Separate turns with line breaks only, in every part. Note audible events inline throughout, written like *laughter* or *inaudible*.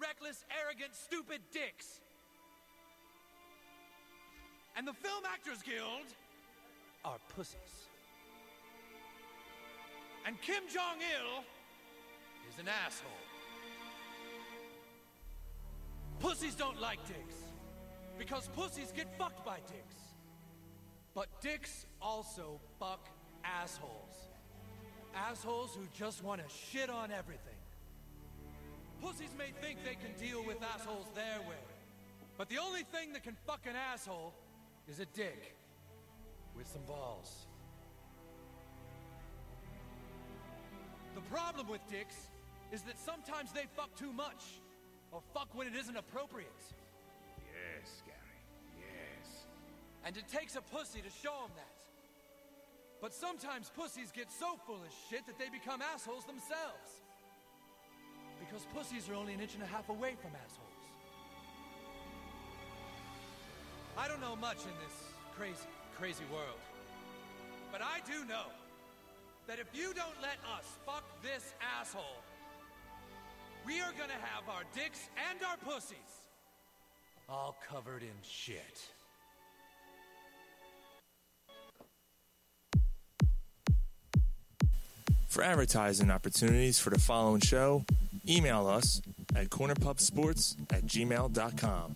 reckless, arrogant, stupid dicks. And the Film Actors Guild are pussies. And Kim Jong il is an asshole. Pussies don't like dicks because pussies get fucked by dicks. But dicks also fuck assholes. Assholes who just want to shit on everything. Pussies may think they can deal with assholes their way, but the only thing that can fuck an asshole is a dick with some balls. The problem with dicks is that sometimes they fuck too much, or fuck when it isn't appropriate.
Yes, Gary. Yes.
And it takes a pussy to show them that. But sometimes pussies get so full of shit that they become assholes themselves. Because pussies are only an inch and a half away from assholes. I don't know much in this crazy, crazy world. But I do know that if you don't let us fuck this asshole, we are gonna have our dicks and our pussies all covered in shit.
For advertising opportunities for the following show, email us at cornerpubsports at gmail.com.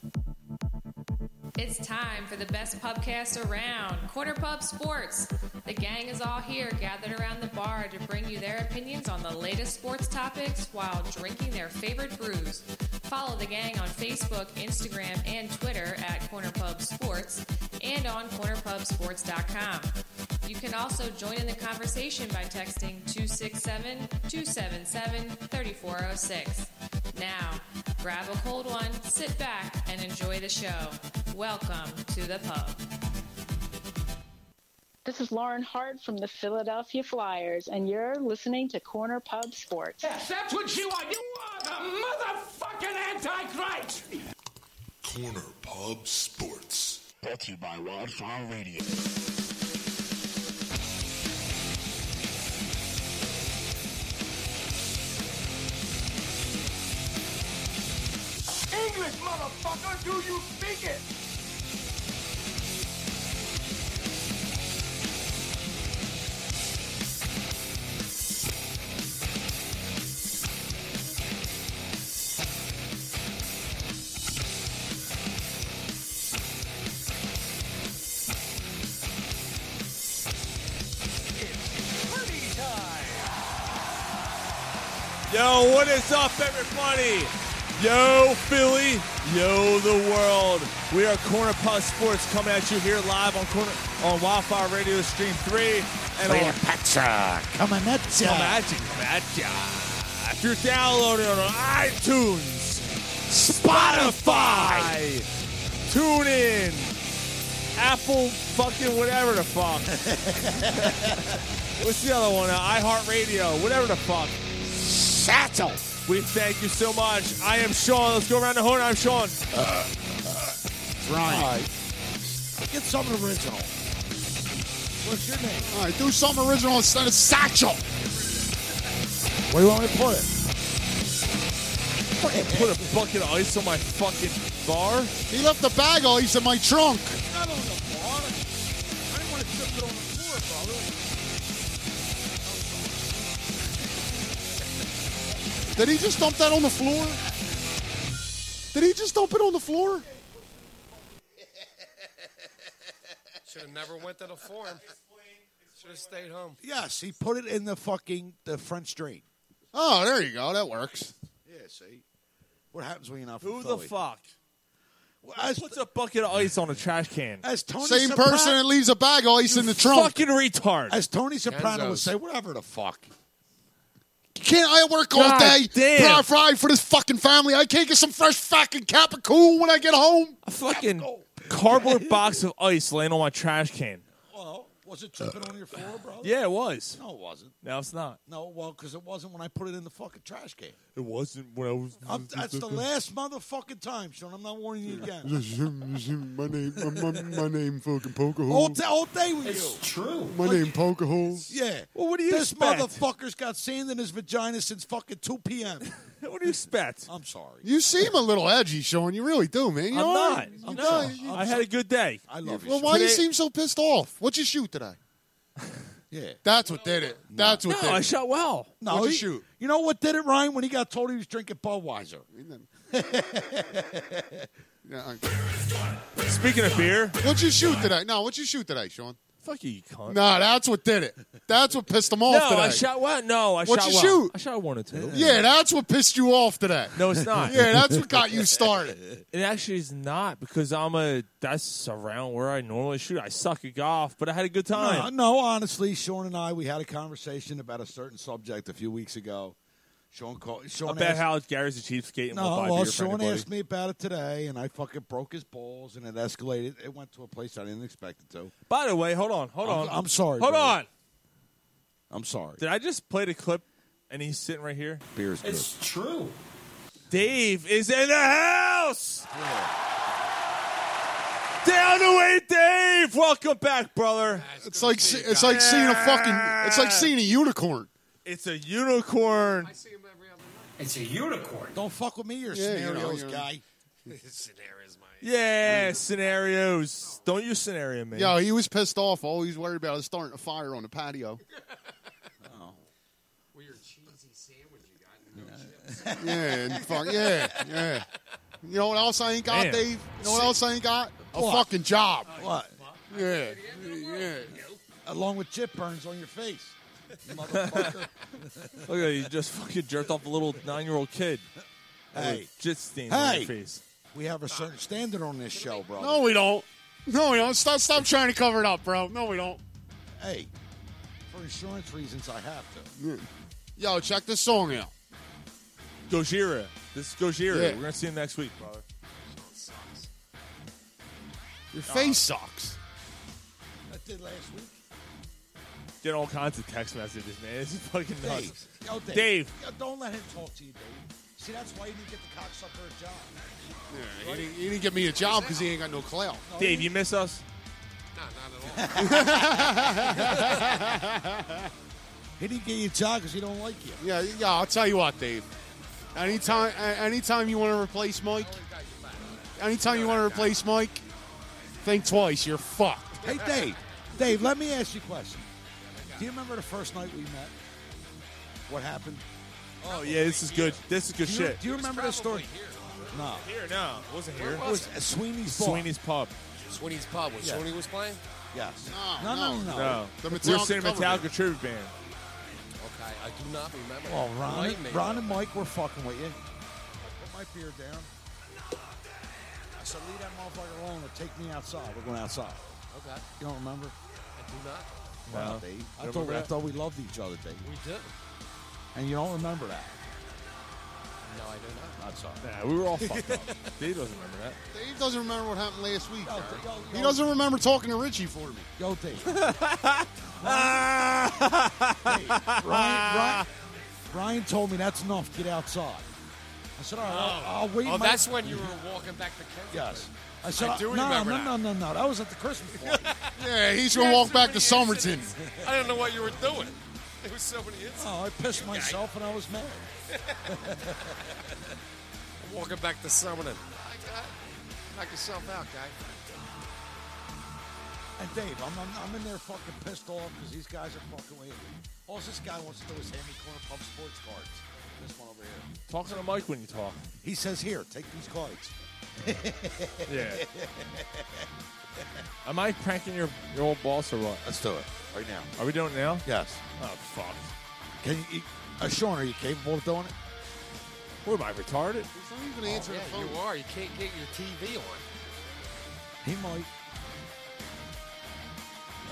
It's time for the best pubcast around, Corner Pub Sports. The gang is all here, gathered around the bar to bring you their opinions on the latest sports topics while drinking their favorite brews. Follow the gang on Facebook, Instagram, and Twitter at Corner Pub Sports and on cornerpubsports.com. You can also join in the conversation by texting 267 277 3406. Now, grab a cold one, sit back, and enjoy the show. Welcome to the pub.
This is Lauren Hart from the Philadelphia Flyers, and you're listening to Corner Pub Sports.
Yes, that's what you are. You are the motherfucking Antichrist.
Corner Pub Sports. Brought to you by Wildfire Radio.
English, motherfucker, do you speak it?
Party time!
Yo, what is up, everybody? Yo, Philly. Yo, the world. We are Corner Puff Sports coming at you here live on Corner on Wildfire Radio Stream 3 and on
Coming at ya.
Come at you, come at ya. If you're downloading it on iTunes, Spotify, TuneIn, Apple fucking whatever the fuck. What's the other one? Uh, iHeartRadio, whatever the fuck.
Satchel.
We thank you so much. I am Sean. Let's go around the horn. I'm Sean.
Ryan. Get something original. What's your name?
All right, do something original instead of Satchel.
What do you want me to put it?
Fucking put a bucket of ice on my fucking bar.
He left the bag ice in my trunk.
Not on the bar. I didn't want to trip it on the floor, brother.
Did he just dump that on the floor? Did he just dump it on the floor?
Should have never went to the forum. Should have stayed home.
Yes, he put it in the fucking the French drain.
Oh, there you go. That works.
Yeah, see. What happens when you're not from
Who the
Philly?
fuck
Well, As,
puts a bucket of ice on a trash can?
as Tony
Same
Soprano,
person that leaves a bag ice in the trunk.
Fucking retard.
as Tony Soprano would
Kenzos.
say, whatever the fuck.
Can't I work all
God
day?
damn.
Fry, fry for this fucking family. I can't get some fresh fucking capicool when I get home.
A fucking cardboard box of ice laying on my trash can.
Well, was it tripping on your floor, bro?
Yeah, it was.
No, it wasn't.
No, it's not.
No, well, because it wasn't when I put it in the fucking trash can.
It wasn't when I was.
I'm, that's the last motherfucking time, Sean. I'm not warning you again.
my name, my, my, my name, fucking Pokehole.
*laughs* all, day, all day with you.
my name, Pokehole.
Yeah.
Well, what do you
This
expect?
motherfucker's got sand in his vagina since fucking 2 p.m.
What do you expect?
I'm sorry.
You seem a little edgy, Sean. You really do, man. You
I'm
are.
not.
You
I'm
know,
not.
you-
I had a good day.
I love you.
well,
Sean.
why do you
Today-
seem so pissed off? What'd you shoot today?
Yeah.
That's what did it. That's what
No, Oh, I
did it.
shot well.
No,
What'd you
he-
shoot?
You know what did it, Ryan? When he got told he was drinking Budweiser.
Yeah,
Speaking of beer,
I- What'd you shoot today? No, what'd you shoot today, Sean?
fuck you, you cunt.
No, that's what did it. That's what pissed him off
No,
today.
I shot well. No, I
What'd
shot
you
well.
shoot?
I shot one or two.
yeah, that's what pissed you off today.
No, it's not.
Yeah, that's what got you started.
It actually is not because I'm a. That's around where I normally shoot. I suck at golf, but I had a good
No,
time.
no, honestly, Sean and I we had a conversation about a certain subject a few weeks ago. Sean called. Sean
about
asked,
how Gary's a cheapskate and will
No,
buy
well,
beer for
Sean
anybody.
asked me about it today, and I fucking broke his balls, and it escalated. It went to a place I didn't expect it to.
By the way, hold on, hold
I'm-
on.
I'm sorry,
Hold
brother.
on.
I'm sorry.
Did I just play the clip? And he's sitting right here.
Beer's good.
It's true.
Dave is in the house. Down the way, Dave. Welcome back, brother.
It's like se- it's like seeing a fucking it's like seeing a unicorn.
It's a unicorn.
It's a unicorn.
Don't fuck with me, your
Yeah, you know,
scenarios
you're-
guy.
Scenario's my.
Yeah, scenarios. Don't use scenario, man.
Yo, he was pissed off. All he's worried about is starting a fire on the patio.
Well, your cheesy sandwich you got.
Yeah, and fuck yeah, yeah. You know what else I ain't got,
Damn.
Dave? You know what else I ain't got? A fucking job.
What?
Yeah, yeah.
Along with chip burns on your
*laughs*
face, motherfucker.
Look at you just *laughs* fucking jerked off a little nine-year-old kid.
hey,
Jit stain on
Hey.
your face.
we have a certain standard on this show, bro.
No, we don't. No, we don't. Stop, stop trying to cover it up, bro. No, we don't.
Hey, for insurance reasons, I have to.
Yo, check this song out.
Gojira. This is Gojira.
Yeah.
We're gonna see him next week, brother.
Your face sucks.
I did last week.
Get all kinds of text messages, man. *laughs* This is fucking nuts.
Dave. Yo, Dave.
Dave.
Yo, don't let him talk to you, Dave. See, that's why you didn't get the cocksucker a job.
Yeah, he, didn't, he didn't give me a job because he ain't got no clout.
Dave, you miss us?
Nah, not at all.
He didn't get you a job because he don't like you.
Yeah, yeah. I'll tell you what, Dave. Anytime, a- anytime you want to replace Mike, anytime you want to replace Mike, think twice. You're fucked.
Hey, Dave. Dave, let me ask you a question. Do you remember the first night we met? What happened?
Oh yeah, this is good. This is good
Do you,
shit.
Do you remember the story? No.
Here now. Wasn't here.
It was at Sweeney's Bar.
Sweeney's Pub.
Sweeney's Pub when
Yeah.
Sweeney was playing.
Yes.
No,
No, no,
no,
no.
No.
The
we
Metallica
We're sitting in
cover
Oh, Metallica tribute band.
Okay, I do not remember.
Well, Ron,
Enlighten me.
Ron and Mike were fucking with you. Put my beer down. I said, leave that motherfucker alone or take me outside. We're going outside.
Okay,
You don't remember?
I do not.
Wow,
No.
Dave. I
Remember
thought, I
that?
thought we loved each other, Dave.
We do.
And you don't remember that.
No, I do not.
I'm sorry.
Nah, we were *laughs* all fucked up. Dave doesn't remember that.
Dave doesn't remember what happened last week.
Oh,
Yo,
Gary.
yo,
He
yo.
doesn't remember talking to Richie for me.
Yo,
*laughs*
Dave. Ryan, Ryan, Ryan, Ryan told me that's enough. Get outside. I said, all right, I'll, I'll wait.
Oh,
my-
that's when you were walking back to Kensington.
Yes. I said,
I do
no,
remember
no,
that.
no, no, no. That was at the Christmas
*laughs*
party.
Yeah, he's gonna walk back to Somerton.
I don't know what you were doing. There was so many incidents.
oh, I pissed myself and I was mad.
Walking back to Somerton. I got knock yourself out, guy.
And Dave, I'm, I'm, I'm in there fucking pissed off because these guys are fucking with me. All this guy wants to do is hand me corner pump sports cards. This one over here.
Talk to the mic when you talk.
He says, here, take these cards.
Yeah. *laughs* Am I pranking your, your old boss or what?
Let's do it right now.
Are we doing it now?
Yes.
Oh fuck.
Can you, uh, Sean, are you capable of doing it?
What am I retarded?
He's not even answering
Yeah,
the
you
phone.
are. You can't get your TV on.
He might.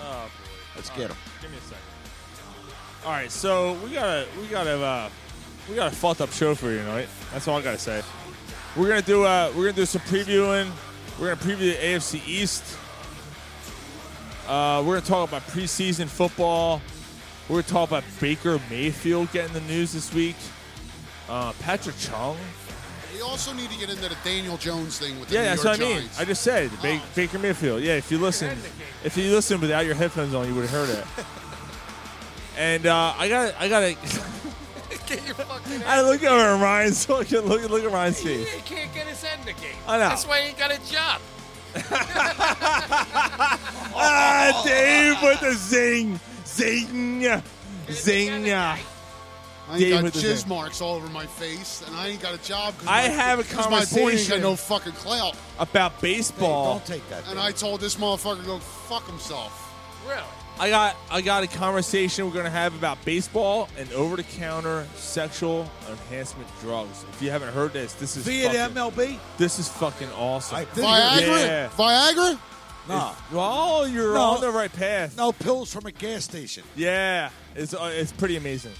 Oh boy.
Let's get him.
Give me a second. All right, so we got a we got a uh, we got a fucked up show for you tonight. That's all I gotta say. We're gonna do uh, we're gonna do some previewing. We're gonna preview the AFC East. Uh, we're gonna talk about preseason football. We're gonna talk about Baker Mayfield getting the news this week. Uh, Patrick Chung.
We also need to get into the Daniel Jones thing with the
Yeah,
New
that's
York
what I mean.
Giants.
I just said ba- Baker Mayfield. Yeah, if you listen, if you listen without *laughs* your headphones on, you would have heard it. and uh, I got, I got a,
Get your fucking
I look over at Ryan's fucking look, look at Ryan's
*laughs*
He
face.
can't get his end again.
I know.
That's why he ain't got a job.
Ah, Dave with the zing, zing, zing.
I
Dave
ain't got
with the
jizz
thing.
marks all over my face, and I ain't got a job. 'cause
I
my-
have a
*laughs* 'cause My boy ain't got
conversation.
no fucking clout,
About baseball,
Don't take that.
and I told this motherfucker to go fuck himself.
Really?
I got I got a conversation we're gonna have about baseball and over-the-counter sexual enhancement drugs. If you haven't heard this, this is
Via
fucking,
the MLB?
this is fucking awesome.
I think
Viagra,
Yeah.
Viagra.
no.
Oh, you're
No.
on the right path.
No pills from a gas station.
Yeah, it's uh, it's pretty amazing.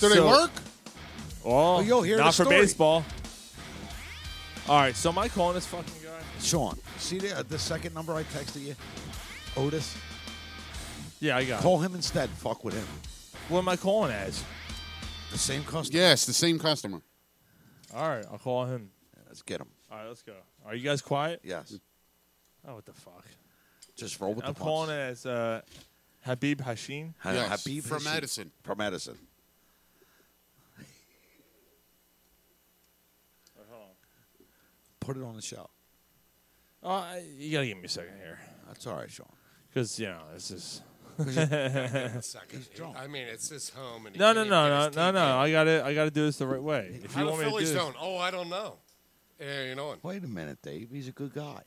Do they
So-
work?
Oh,
Well, you'll hear
not
the
for
story.
baseball. All right, so am I calling this fucking guy?
Sean, see the, uh, the second number I texted you? Otis?
Yeah, I got.
Call him instead. Fuck with him.
it. What am I calling as?
The same customer.
Yes, the same customer.
All right, I'll call him.
Let's get him.
All right, let's go. Are you guys quiet?
Yes.
Oh, what the fuck?
Just roll with
I'm
the
calling it
punches.
as uh, Habib Hashim.
Ha-
Yes,
Habib
from
Hashim.
Edison.
From Edison. Put it on the show.
Uh, you gotta give me a second here,
That's all right, Sean.
because you know this is.
Second.
drunk.
I mean, it's his home. And he
No, no,
can't
no,
even
no,
get his
no, no.
TV.
I gotta, I gotta do this the right way. If
How
you
the
want me to do
Phillies
this,
don't? Oh, I don't know. Yeah, you know it.
Wait a minute, Dave. He's a good guy.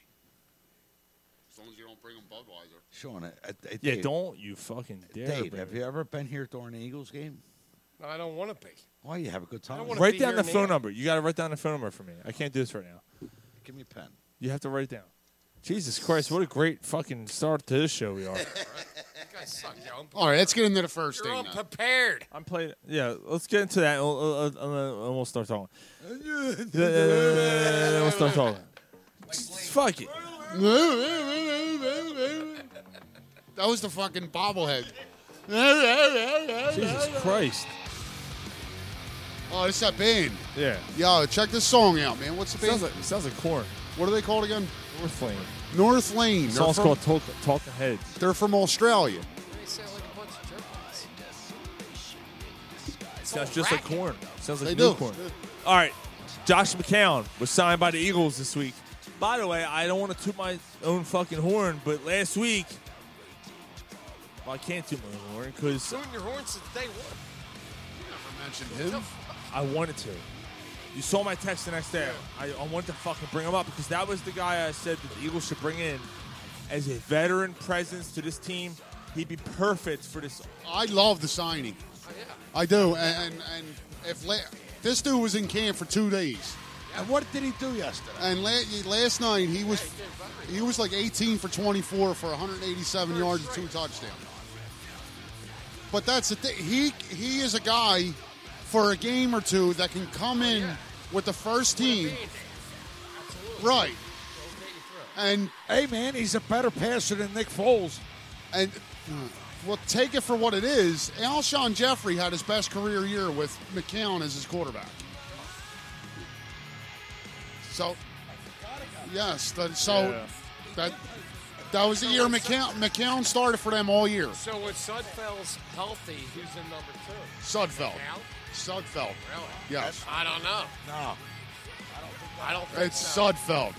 As long as you don't bring him Budweiser.
Sean, uh, uh,
yeah,
Dave,
don't you fucking dare.
Dave,
bring
have
it.
you ever been here during an Eagles game?
No, I don't want to be.
Why you have a good time?
wanna-
write
be
down
here
the
now.
phone number. You gotta write down the phone number for me. I can't do this right now.
Give me a pen.
You have to write it down. Jesus Christ, what a great fucking start to this show we are.
You guys suck, yo.
All right, let's get into the first
You're
thing. now.
unprepared.
*laughs* I'm playing. Yeah, let's get into that. and We'll, uh, uh, and then we'll start *laughs* talking. Then we'll start talking. Fuck it.
*laughs* that was the fucking bobblehead. oh,
Jesus Christ.
it's that band.
Yeah.
Yo, check this song out, man. What's the band?
Sounds like sounds like corn.
what are they called again?
North Lane.
North
The
Lane. They're
song's
from,
called Talk, Talking Heads.
they're from Australia.
They sound like a bunch of jerks.
Sounds just like corn. Sounds like
They
new
do.
corn. All right, Josh McCown was signed by the Eagles this week. By the way, I don't want to toot my own fucking horn, but last week, well, I can't toot my own horn because
Doing your horn since day one.
Never mentioned him.
I wanted to. You saw my text the next day. I, I wanted to fucking bring him up because that was the guy I said that the Eagles should bring in as a veteran presence to this team. He'd be perfect for this.
I love the signing. I do. And and, and if la- this dude was in camp for two days,
And what did he do yesterday?
and la- last night he was he was like 18 for 24 for 187 yards and two touchdowns. But that's the thing. He he is a guy for a game or two that can come in with the first team, right? And
Hey, man, he's a better passer than Nick Foles.
and hmm, we'll take it for what it is. Alshon Jeffrey had his best career year with McCown as his quarterback. So, yes, that, so
Yeah.
that that was the year McCown McCown started for them all year.
So when Sudfeld's healthy, who's in number two?
Sudfeld,
Now?
Sudfeld,
Really?
yes,
I don't know.
No.
I don't think
it's
so.
Sudfeld.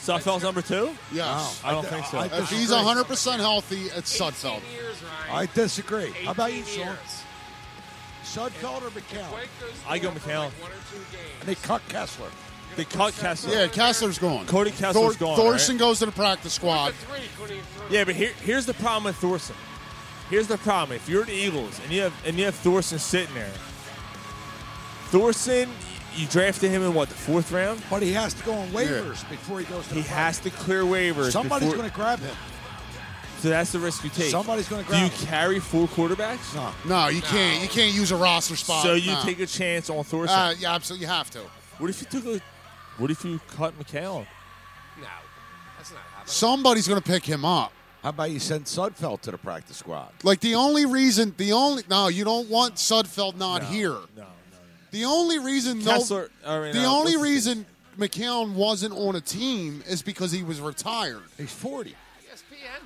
Sudfeld's number two?
Yes,
I don't think so.
I-
if he's
disagree.
100 percent healthy, it's
18
Sudfeld.
years, Ryan.
I disagree. How about you,
18
Sean?
years.
Sudfeld or McCown?
Quake goes
I go
down for
McCown.
Like one or two games.
And they cut Kessler.
They cut Kessler.
Yeah, Kessler's gone.
Cody Kessler's gone,
Thorson
right?
goes to the practice
The
squad.
three, couldn't even throw.
Yeah, but here, here's the problem with Thorson. Here's the problem. If you're the Eagles and you have and you have Thorson sitting there, Thorson, you drafted him in what the fourth round?
But he has to go on waivers before he goes to
He
the
has to clear waivers.
Somebody's
before-
going to grab him.
So that's the risk you take.
Somebody's gonna
Do you
grab him.
carry full quarterbacks?
No.
No, you can't. You can't use a roster spot.
So you
No.
take a chance on Thorson.
Uh, yeah, absolutely. You have to.
what if you took a? What if you cut McCown?
No, that's not happening.
Somebody's going to pick him up.
How about you send Sudfeld to the practice squad?
Like the only reason, the only no, you don't want Sudfeld not here.
No, no.
The only reason, no,
Kessler- I mean,
the
uh,
only
what's his
reason McCown wasn't on a team is because he was retired.
He's 40.
ESPN.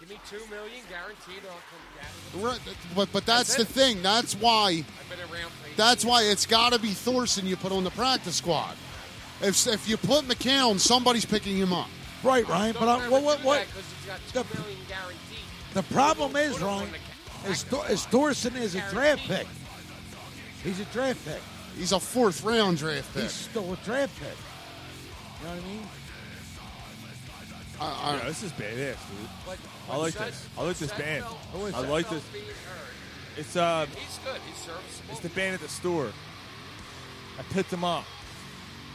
You Give me two million guaranteed. I'll come out of
Right, But but that's,
That's it.
the thing. That's why
the- I've been around. for eight-
that's why it's got to be Thorson you put on the practice squad. If if you put McCown, somebody's picking him up.
Right, Ryan. But I, what, what, what?
Because he's got
the-
two million guaranteed.
The problem is, Ryan, is, Thor- is Thorson is a draft pick. He's a draft pick.
He's a fourth round draft pick.
He's still a draft pick. You know what I mean?
I- I-
Yeah, this is badass, dude.
But
I like
when
this.
Sudfeld-
I like this band.
Sudfeld-
Who is I like this-
Sudfeld's being hurt.
It's uh,
He's good. He's serviceable.
it's the band at the store. I picked them up.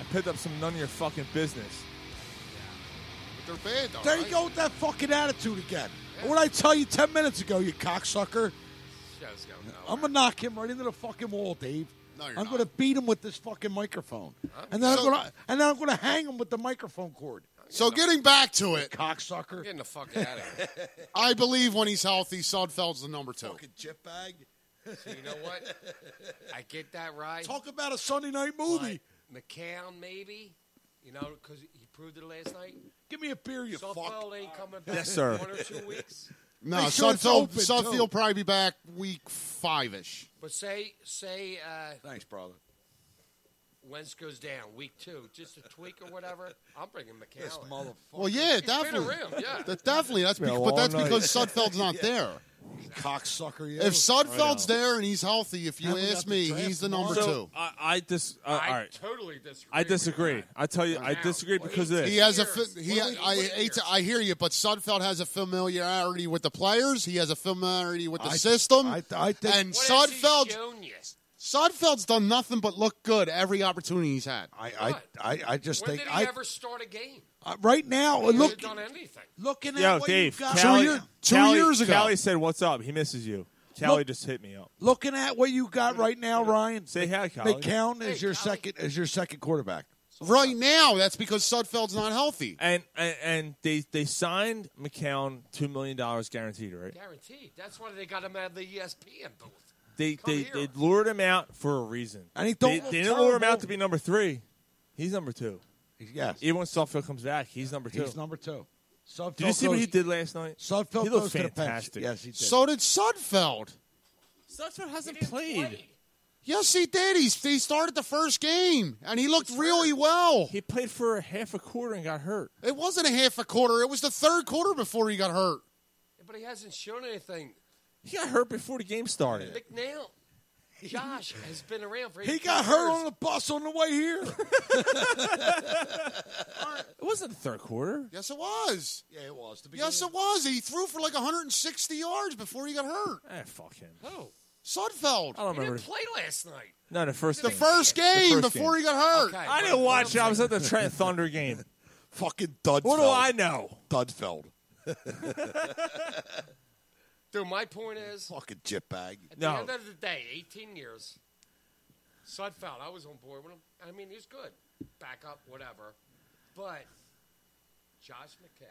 I picked up some none of your fucking business.
they're bad. though,
There you
right?
go with that fucking attitude again. What I tell you ten minutes ago, you cocksucker.
Show's going nowhere.
I'm gonna knock him right into the fucking wall, Dave.
No, you're
I'm
not.
gonna beat him with this fucking microphone, and then
So-
I'm gonna and then I'm gonna hang him with the microphone cord,
So getting back to it,
cocksucker.
Getting the fuck out of here.
I believe when he's healthy, Sudfeld's the number two.
chip bag.
So you know *laughs* what? I get that right.
Talk about a Sunday night movie.
McCown, maybe. You know, because he proved it last night.
Give me a beer, you fuck.
Softball ain't coming back
Yes, sir.
in one or two weeks.
*laughs*
No,
Make sure it's
Sudfeld,
open, too.
Sudfeld probably be back week five ish.
But say, say uh,
Thanks, brother.
Wentz goes down week two, just a tweak or whatever. I'm bringing McCown.
This
in.
motherfucker.
Well, yeah,
He's been
definitely.
around, yeah.
That- definitely. That's
Been a
because, but
long
that's
night.
because Sudfeld's not there.
cocksucker. You.
If Sudfeld's there and he's healthy, if you
Haven't got
ask
the
me,
draft
he's the
tomorrow.
number
So
two.
I, I dis. Uh, all
I
right.
totally disagree.
I
with
disagree.
that.
I tell you, I
Now,
disagree
what
because of
is
this.
He has a
Years.
fa- he.
What do we
I
win
hate. to-
here?
I hear you, but Sudfeld has a familiarity with the players. He has a familiarity with the
I-
system.
I- I think-
and
What has he
Sudfeld,
shown you?
Sudfeld's done nothing but look good every opportunity he's had.
I, I, I, I just
When
think
did he
I,
ever start a game?
I- right now.
He
Look,
hasn't done anything.
looking at
Yo,
what
Dave.
you've got.
Callie-
Two year- two
Callie-
years ago.
Callie said, "What's up?" He misses you. Callie
Look-
just hit me up.
looking at what you got right now, Ryan.
Say hi, Callie.
McCown
Hey,
is your
Callie.
second is your second quarterback.
Right now, that's because Sudfeld's not healthy.
And, and and they they signed McCown two million dollars guaranteed, right?
Guaranteed. That's why they got him out of the E ESPN booth.
They
Come
they,
here.
they lured him out for a reason.
And he don't
they,
look
they didn't lure him
terrible.
out to be number three. He's number two.
Yes,
Even when Suffield comes back, he's number two.
he's number two. Sudfeld
did you see what
goes-
he did last night?
Sudfeld
he
goes
looked
to the bench.
fantastic.
Yes, he did.
So did Sudfeld.
Sudfeld
He
hasn't
didn't
played.
play.
Yes, he did. He, he started the first game, and he looked really well.
He played for a half a quarter and got hurt.
It wasn't a half a quarter. It was the third quarter before he got hurt.
But he hasn't shown anything.
He got hurt before the game started.
McNeil, Josh has been around for.
he
18
got hurt
years.
on the bus on the
*laughs*
way here.
It wasn't the third quarter.
Yes, it was.
yeah, it was. To be
Yes, it was. He threw for like 160 yards before he got hurt.
Ah, fuck him.
Oh,
I
Sudfeld.
don't
he didn't
remember.
play last night.
No, the first
The
game.
first game
first
before
game.
he got hurt.
Okay.
I didn't watch it. I was at the Trent Thunder game.
fucking Dudfeld.
What do I know?
Dudfeld.
Dude, my point is,
Fucking chip bag.
at
No.
the end of the day, 18 years, Sudfeld, I was on board with him. I mean, he's good. Backup, whatever. But Josh McCown,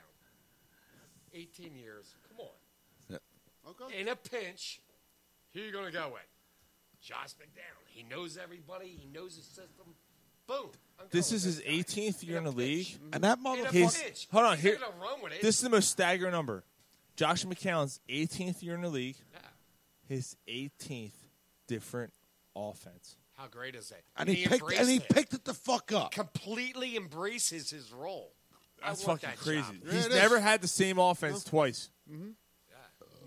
18 years. Come on.
Okay.
In a pinch, who you going to go with? Josh McDowell. He knows everybody. He knows the system. Boom. I'm
This
going
*laughs*
is
with
his
this guy.
18th year in the league.
And that
In a
motherfucker.
He's-
pinch.
hold on,
He's
here-
not gonna run with it.
This is the most staggering number. Josh McCown's 18th year in the league,
Yeah.
his 18th different offense.
How great is it?
And he picked and
embraced
he
it.
picked it the fuck up.
completely embraces his role. I
That's
want
fucking
that
crazy.
job.
Yeah,
He's
it is.
never had the same offense twice.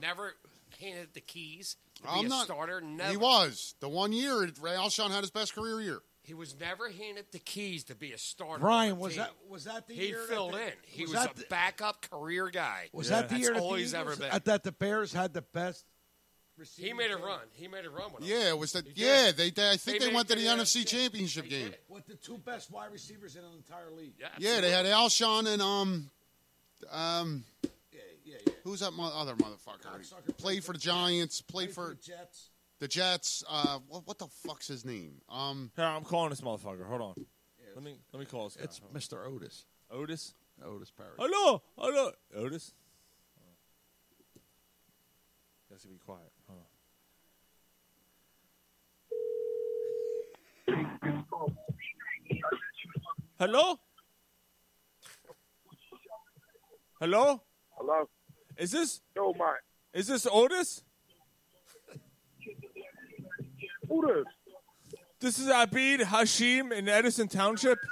Never handed the keys to be
I'm
a
not.
starter. Never.
He was the one year Ray Alshon had his best career year.
He was never handed the keys to be a starter.
Ryan
on a
was
team.
that was that the
He
year that
filled
the-
in. He was,
that
a
the-
backup career guy.
Was
Yeah.
that the
That's
year that the
all he's ever
Eagles-
been.
uh, that the Bears had the best?
He made a run. He made a run with him.
Yeah, it was the
did.
yeah. They, they I think
They
they,
made
went to
the
the NFC
NFC.
Championship
They
game.
did.
With the two best wide receivers in the entire league.
Yeah,
Yeah, they had Alshon and um, um,
yeah, yeah. yeah.
who's that mo- other motherfucker? Played for the Giants. Played for
Jets.
the Jets. Uh, what, what the fuck's his name? Um,
Here, I'm calling this motherfucker. Hold on. Let me let me call this guy.
It's
Uh-huh.
Hold
Mr. Otis.
on. Otis.
Otis Perry.
Hello, hello, Otis. Guess you be quiet. Hold on. Hello. Hello.
Hello.
Is this
Yo, my.
is this Otis?
Who this?
This is Abid Hashim in Edison Township.
Nigga,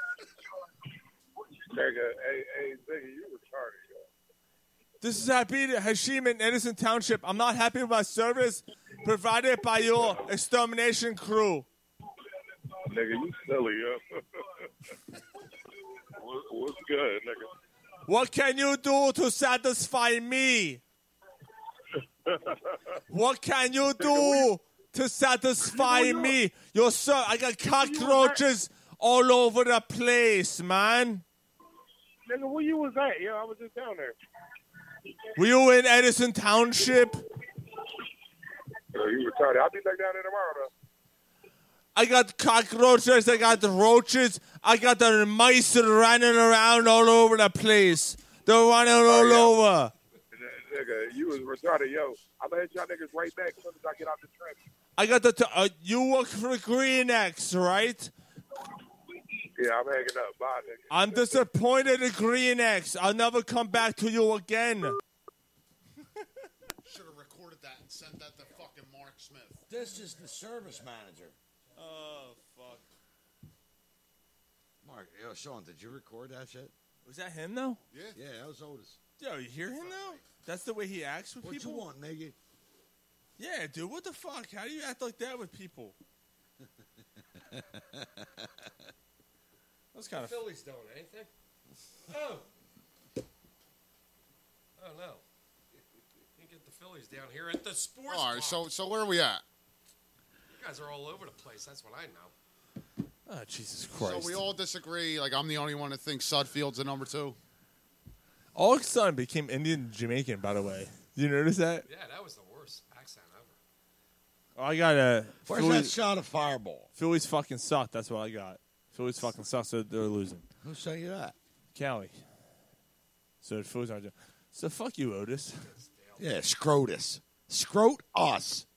hey, hey, nigga, you retarded, yo.
This is Abid Hashim in Edison Township. I'm not happy with my service provided by your extermination crew.
Nigga, you silly, yo. *laughs* What- What's good, nigga?
What can you do to satisfy me? What can you do to satisfy me? Yo, sir, I got cockroaches all over the place, man.
Nigga, where you was at? Yo, I was just down there.
Were you in Edison Township?
Yo, you retarded. I'll be back down there tomorrow, though.
I got cockroaches, I got the roaches, I got the mice running around all over the place. They're running all
yeah.
over.
N- Nigga, you was retarded, yo. I'm gonna hit y'all niggas right back as soon as I get out the trench.
I got the. T- uh, you work for Green X, right?
Yeah, I'm hanging up. Bye, nigga.
I'm disappointed in Green X. I'll never come back to you again.
Should have recorded that and sent that to fucking Mark Smith.
This is the service manager.
Oh fuck!
Mark, yo, Sean, did you record that shit?
Was that him though?
Yeah, that was Otis.
Yo, you hear him though? That's the way he acts with
What
people.
you want, nigga?
Yeah, dude. What the fuck? How do you act like that with people? That's kind of.
Philly's doing anything. Oh. Oh no. You get the Phillies down here at the sports.
All right,
bar.
so so where are we at?
you guys are all over the place. That's what I know.
Oh Jesus
So
Christ!
we all disagree. Like I'm the only one that thinks Sudfield's a number two.
all of a sudden became Indian and Jamaican. By the way, you notice that?
Yeah, that was the worst accent ever.
Oh, I got a.
Where's
Philly-
that shot of Fireball?
Phillies fucking suck. That's what I got. Phillies fucking suck, so they're losing.
Who sent you that?
Cali. So the Phillies aren't doing. So fuck you, Otis.
Yeah, Scrotus. Scrote us.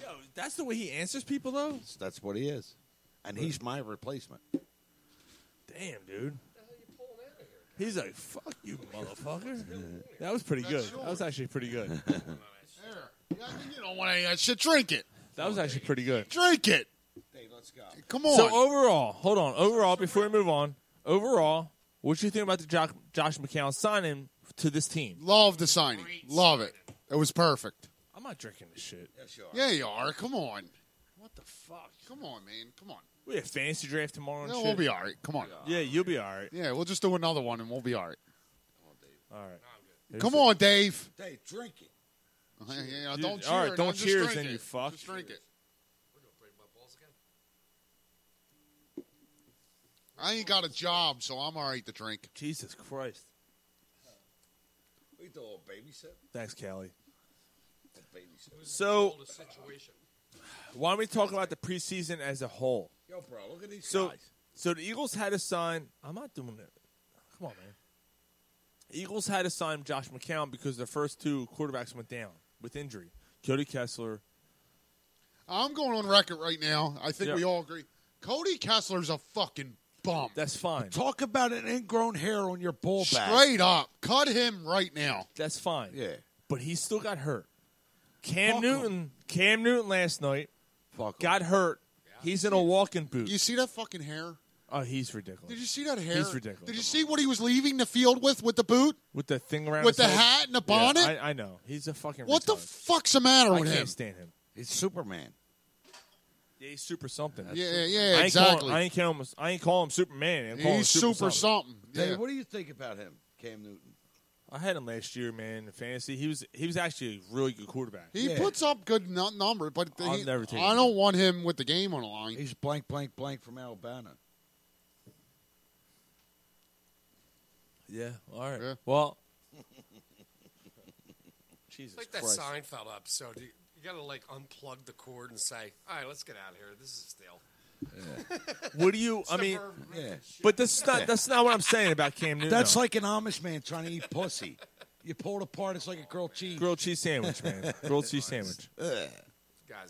Yo, that's the way he answers people, though.
That's what he is. And he's my replacement.
Damn, dude. He's like, fuck you, *laughs* motherfucker. That was pretty good. That was actually pretty *laughs* good.
Yeah, you don't want any of that shit. Drink it.
That was actually pretty good.
Drink it.
Dave, let's go.
Come on.
So oh- overall, hold on. Overall, before we move on, overall, what you think about the Josh, Josh McCown signing to this team?
Love the signing. Love it. It was perfect.
I'm not drinking this shit.
Yes, you are.
Yeah, you are. Come on.
What the fuck?
Come on, man. Come on.
We have fantasy draft tomorrow. And
No,
shit.
we'll be all right. Come on.
yeah, you'll be all right.
Yeah, we'll just do another one and we'll be all right.
All right.
Come on, Dave.
Dave, drink it.
Yeah, yeah,
Dude,
don't cheer.
all right, don't
no, just
cheers
drink
then,
it.
you fuck.
Just drink it.
We're gonna break my balls again.
I ain't got a job, so I'm all right to drink.
Jesus Christ.
We do a little babysit.
Thanks, Callie.
Babysit.
So
Hold a situation.
why don't we talk about the preseason as a whole?
Yo, bro, look at these
So,
guys.
so the Eagles had to sign. I'm not doing it. Come on, man. Eagles had to sign Josh McCown because their first two quarterbacks went down with injury. Cody Kessler.
I'm going on record right now. I think
Yeah.
we all agree. Cody Kessler's a fucking bum.
That's fine.
Talk about an ingrown hair on your ball back.
Straight up. Cut him right now.
That's fine.
Yeah.
But he still got hurt. Cam
Fuck 'em.
Newton. Cam Newton last night
Fuck. 'em.
got hurt. He's in a walking boot.
You see that fucking hair?
oh, he's
Did
ridiculous.
you see that hair?
He's ridiculous.
Did you see what he was leaving the field with with the boot?
With the thing around
With
his
the
head?
hat and the
Yeah,
bonnet?
I, I know. He's a fucking.
what the
retard.
fuck's the matter
I
with him?
can't stand him.
He's Superman.
Yeah, he's super something.
Yeah, yeah,
I ain't call-
exactly.
I ain't call him. I ain't call him Superman. I'm calling him
He's super
something.
something.
Dave,
Yeah.
what do you think about him, Cam Newton?
I had him last year, man. In fantasy, he was he was actually a really good quarterback.
He
Yeah.
puts up good nu- number, but
I'll
he-
never take
I
him.
don't want him with the game on the line.
He's blank, blank, blank from Alabama.
Yeah, all right.
Yeah.
Well,
It's
Jesus
like that
Christ.
Seinfeld episode. You, you gotta like unplug the cord and say, "All right, let's get out of here. This is stale."
What do you? I mean,
Yeah.
but that's not that's not what I'm saying about Cam Newton.
That's
though.
like an Amish man trying to eat pussy. *laughs* You pull it apart, it's like a grilled cheese.
grilled cheese sandwich,
*laughs*
man. Grilled cheese sandwich.
Guys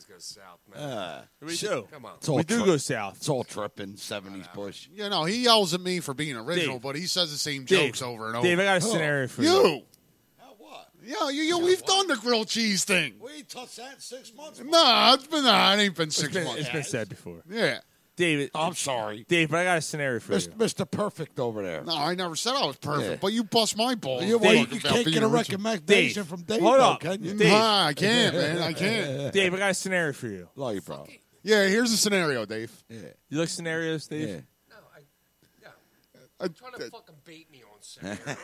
go south, man.
Uh,
We do.
Come on.
It's all
We do
tri-
go south.
It's all tripping, 70s bush.
You know, he yells at me for being original,
Dave.
but he says the same
Dave,
jokes over and over.
Dave, I got a scenario for you.
you. Yeah, you, you, we've done the grilled cheese thing.
We touched that in six months.
Nah, it's been nah, it ain't been
It's
six
been,
months.
it's been said before.
yeah.
David,
I'm sorry.
Dave, but I got a scenario for you.
Mr. Perfect over there.
No, I never said I was perfect,
Yeah.
but you bust my balls.
You,
talking
you
about
can't
being
get a
original.
recommendation
Dave,
from Dave,
hold
though,
up.
can you?
Dave.
Nah, I can't, man. I
*laughs*
can't.
Dave, I got a scenario for you.
Love you, bro.
Yeah, here's the scenario, Dave.
Yeah.
You like scenarios, Dave?
Yeah.
No, Oh, I. Yeah.
Uh,
Trying to
uh,
fucking bait me on
*laughs*
scenario.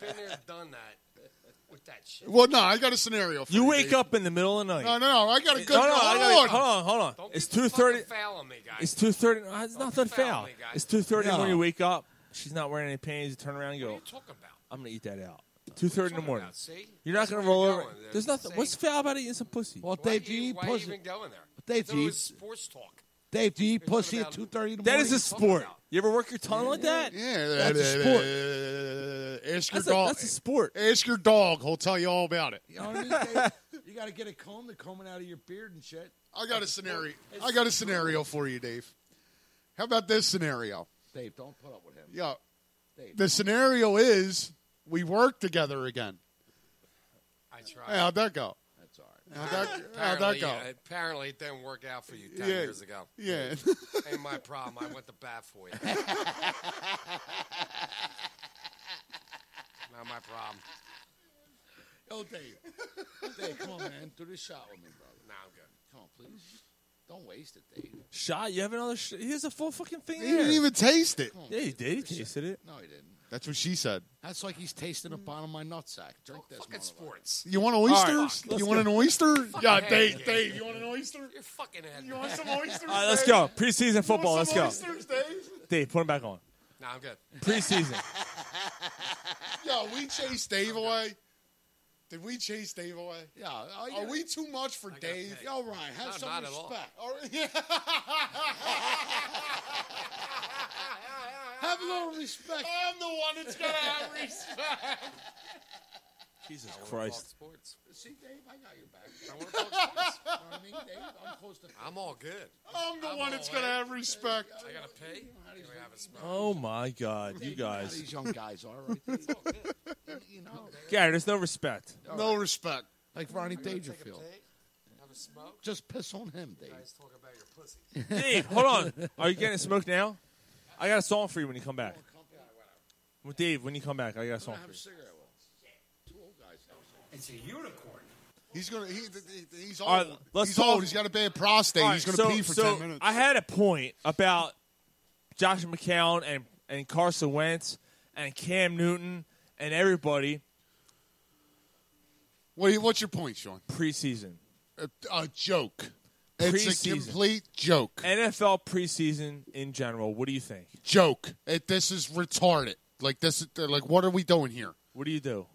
Been there, done that with that shit.
well, no, I got a scenario. For
You
you
wake
Dave.
up in the middle of the night.
No, no, no. I got a good.
no, no, I gotta-
hold on.
hold on, hold on.
Don't
It's
get
two thirty.
Foul on me, guys.
It's two thirty. It's
Don't
not that
foul
foul.
me, guys.
It's two thirty
No.
when you wake up. She's not wearing any panties. You turn around and
what are
go,
you talking about?
"I'm gonna eat that out." Two thirty in the
Talking
morning.
about, see?
You're not
That's
gonna
where
roll
you're
over.
going.
There's nothing.
Same.
What's foul about eating some pussy?
Well,
Why
Dave, do you
you-
eat
why
pussy?
you even going there?
Dave,
So
do you
it's
eat-
sports talk.
Dave, do you eat
You're talking
pussy at
about-
two thirty in the
that
morning?
is a
talking
sport.
about?
You ever work your tongue like that?
Yeah,
That's a
sport. Ask your
That's a,
dog.
that's a sport.
Ask your dog. He'll tell you all about it.
*laughs* You know what I mean? Dave? you got to get a comb to comb it out of your beard and shit.
I got a scenario. I got a scenario for you, Dave. How about this scenario?
Dave, don't put up with him.
Yeah.
Dave.
The scenario is we work together again.
I
Hey,
tried.
how'd that go?
That's all right.
How'd
*laughs*
that, how'd that
apparently,
go?
uh, apparently it didn't work out for you ten
Yeah.
years ago.
Yeah.
Ain't my problem. I went to bat for
*laughs*
you. Not my problem.
Yo, Dave. Dave, come on, man. Do this shot with me, brother.
Now I'm good.
Come on, please. Don't waste it, Dave.
Shot. You have another. Sh- here's a full fucking thing.
He didn't
there.
even taste it.
Yeah, you did. He tasted it.
No, he didn't.
That's what she said.
That's like he's tasting the bottom of my nutsack. Drink this,
Oh, Fucking
motherfucker.
sports.
You want
right,
oysters?
let's
you want an oyster? yeah, Dave.
yeah.
Dave, you want an oyster?
You're fucking head.
You want some oysters?
All right, let's
Dave?
go. Preseason
You
football.
want
Let's
some
go.
Oysters, Dave.
Dave, put him back on.
No, I'm good.
*laughs*
Preseason.
Yo, *laughs* we chased Dave away. Did we chase Dave away?
Yeah. Oh, yeah.
Are we too much for
gotta
Dave?
pay.
Yo,
All right. Have
No,
some
not at all.
respect.
all right, *laughs* yeah.
Have a little respect.
I'm the one that's gotta have respect.
Jesus
Talk
Christ.
sports.
See, Dave, I got your back.
I wanna talk sports.
You know what I mean, Dave? I'm close to.
I'm all good.
I'm the
I'm
one
all
that's gonna
right.
have respect.
I gotta pay. Can we have a smoke?
Oh my God, you
know how
guys.
These young guys are right Dave? You- You know,
Gary, there's no respect.
No respect.
like Ronnie Dangerfield.
Hey, have a smoke.
Just piss on him, Dave.
Guys, talk about your pussy.
Dave, hold on. Are you getting smoked now? I got a song for you when you come back. Well, Dave, when you come back, I got a song
Have
for
a
you.
cigarette. Will. Two old guys.
It's a unicorn.
He's gonna. He, he- he's old.
All right, let's
he's
talk-
old. He's got a bad prostate.
All right,
he's gonna
so,
pee for
so
ten minutes.
I had a point about Josh McCown and, and Carson Wentz and Cam Newton and everybody
what do you, what's your point, Sean?
preseason.
A, a joke. It's a
Preseason.
complete joke.
NFL preseason in general, what do you think?
joke. It, this is retarded. Like this. they're Like what are we doing here?
What do you do?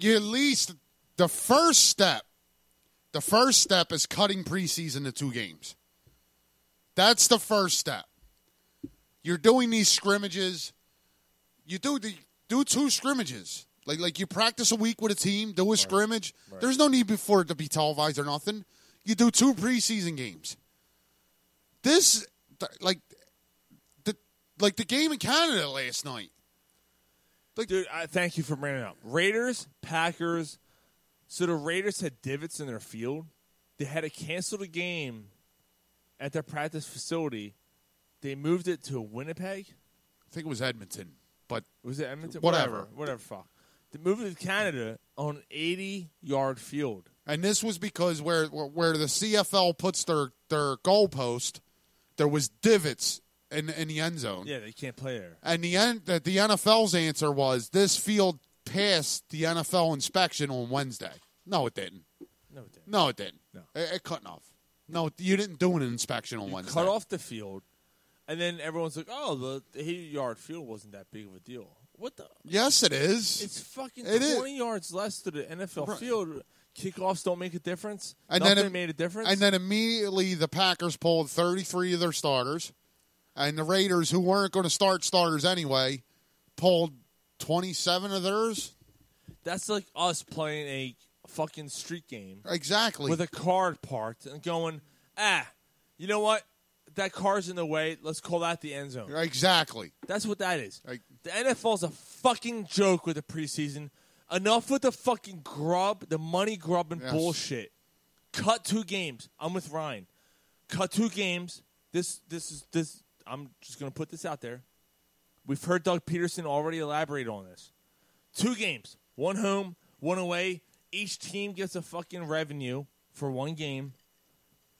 You at least the first step. The first step is cutting preseason to two games. That's the first step. You're doing these scrimmages. You do the do two scrimmages. Like like you practice a week with a team, do a scrimmage. There's no need for it to be televised or nothing. You do two preseason games. This th- like the like the game in Canada last night.
Dude, I thank you for bringing it up. Raiders, Packers. So the Raiders had divots in their field. They had to cancel the game at their practice facility. They moved it to Winnipeg.
I think it was Edmonton, but
Was it Edmonton?
Whatever.
Whatever, Whatever, fuck. They moved it to Canada on an 80 yard field.
And this was because where where where the CFL puts their their goalpost, there was divots in in the end zone.
Yeah, they can't play there.
And the end that the NFL's answer was this field passed the NFL inspection on Wednesday. No, it didn't.
No, they
No, it didn't.
No.
It, it cut off. No, you didn't do an inspection on Wednesday.
cut off the field. And then everyone's like, oh, the 80 yard field wasn't that big of a deal. What the?
Yes, it is.
It's fucking
It is.
20 yards less to the NFL
Right.
field. Kickoffs don't make a difference.
and
Nothing
then it-
made a difference.
And then immediately the Packers pulled 33 of their starters, and the Raiders, who weren't going to start starters anyway, pulled 27 of theirs.
That's like us playing a fucking street game
Exactly.
with a card parked and going, ah, you know what? That car's in the way. Let's call that the end zone.
exactly.
That's what that is.
Like-
the NFL's a fucking joke with the preseason. Enough with the fucking grub, the money grubbing
Yes.
bullshit. Cut two games. I'm with Ryan. Cut two games. This this is this I'm just gonna put this out there. We've heard Doug Peterson already elaborate on this. Two games. One home, one away. Each team gets a fucking revenue for one game.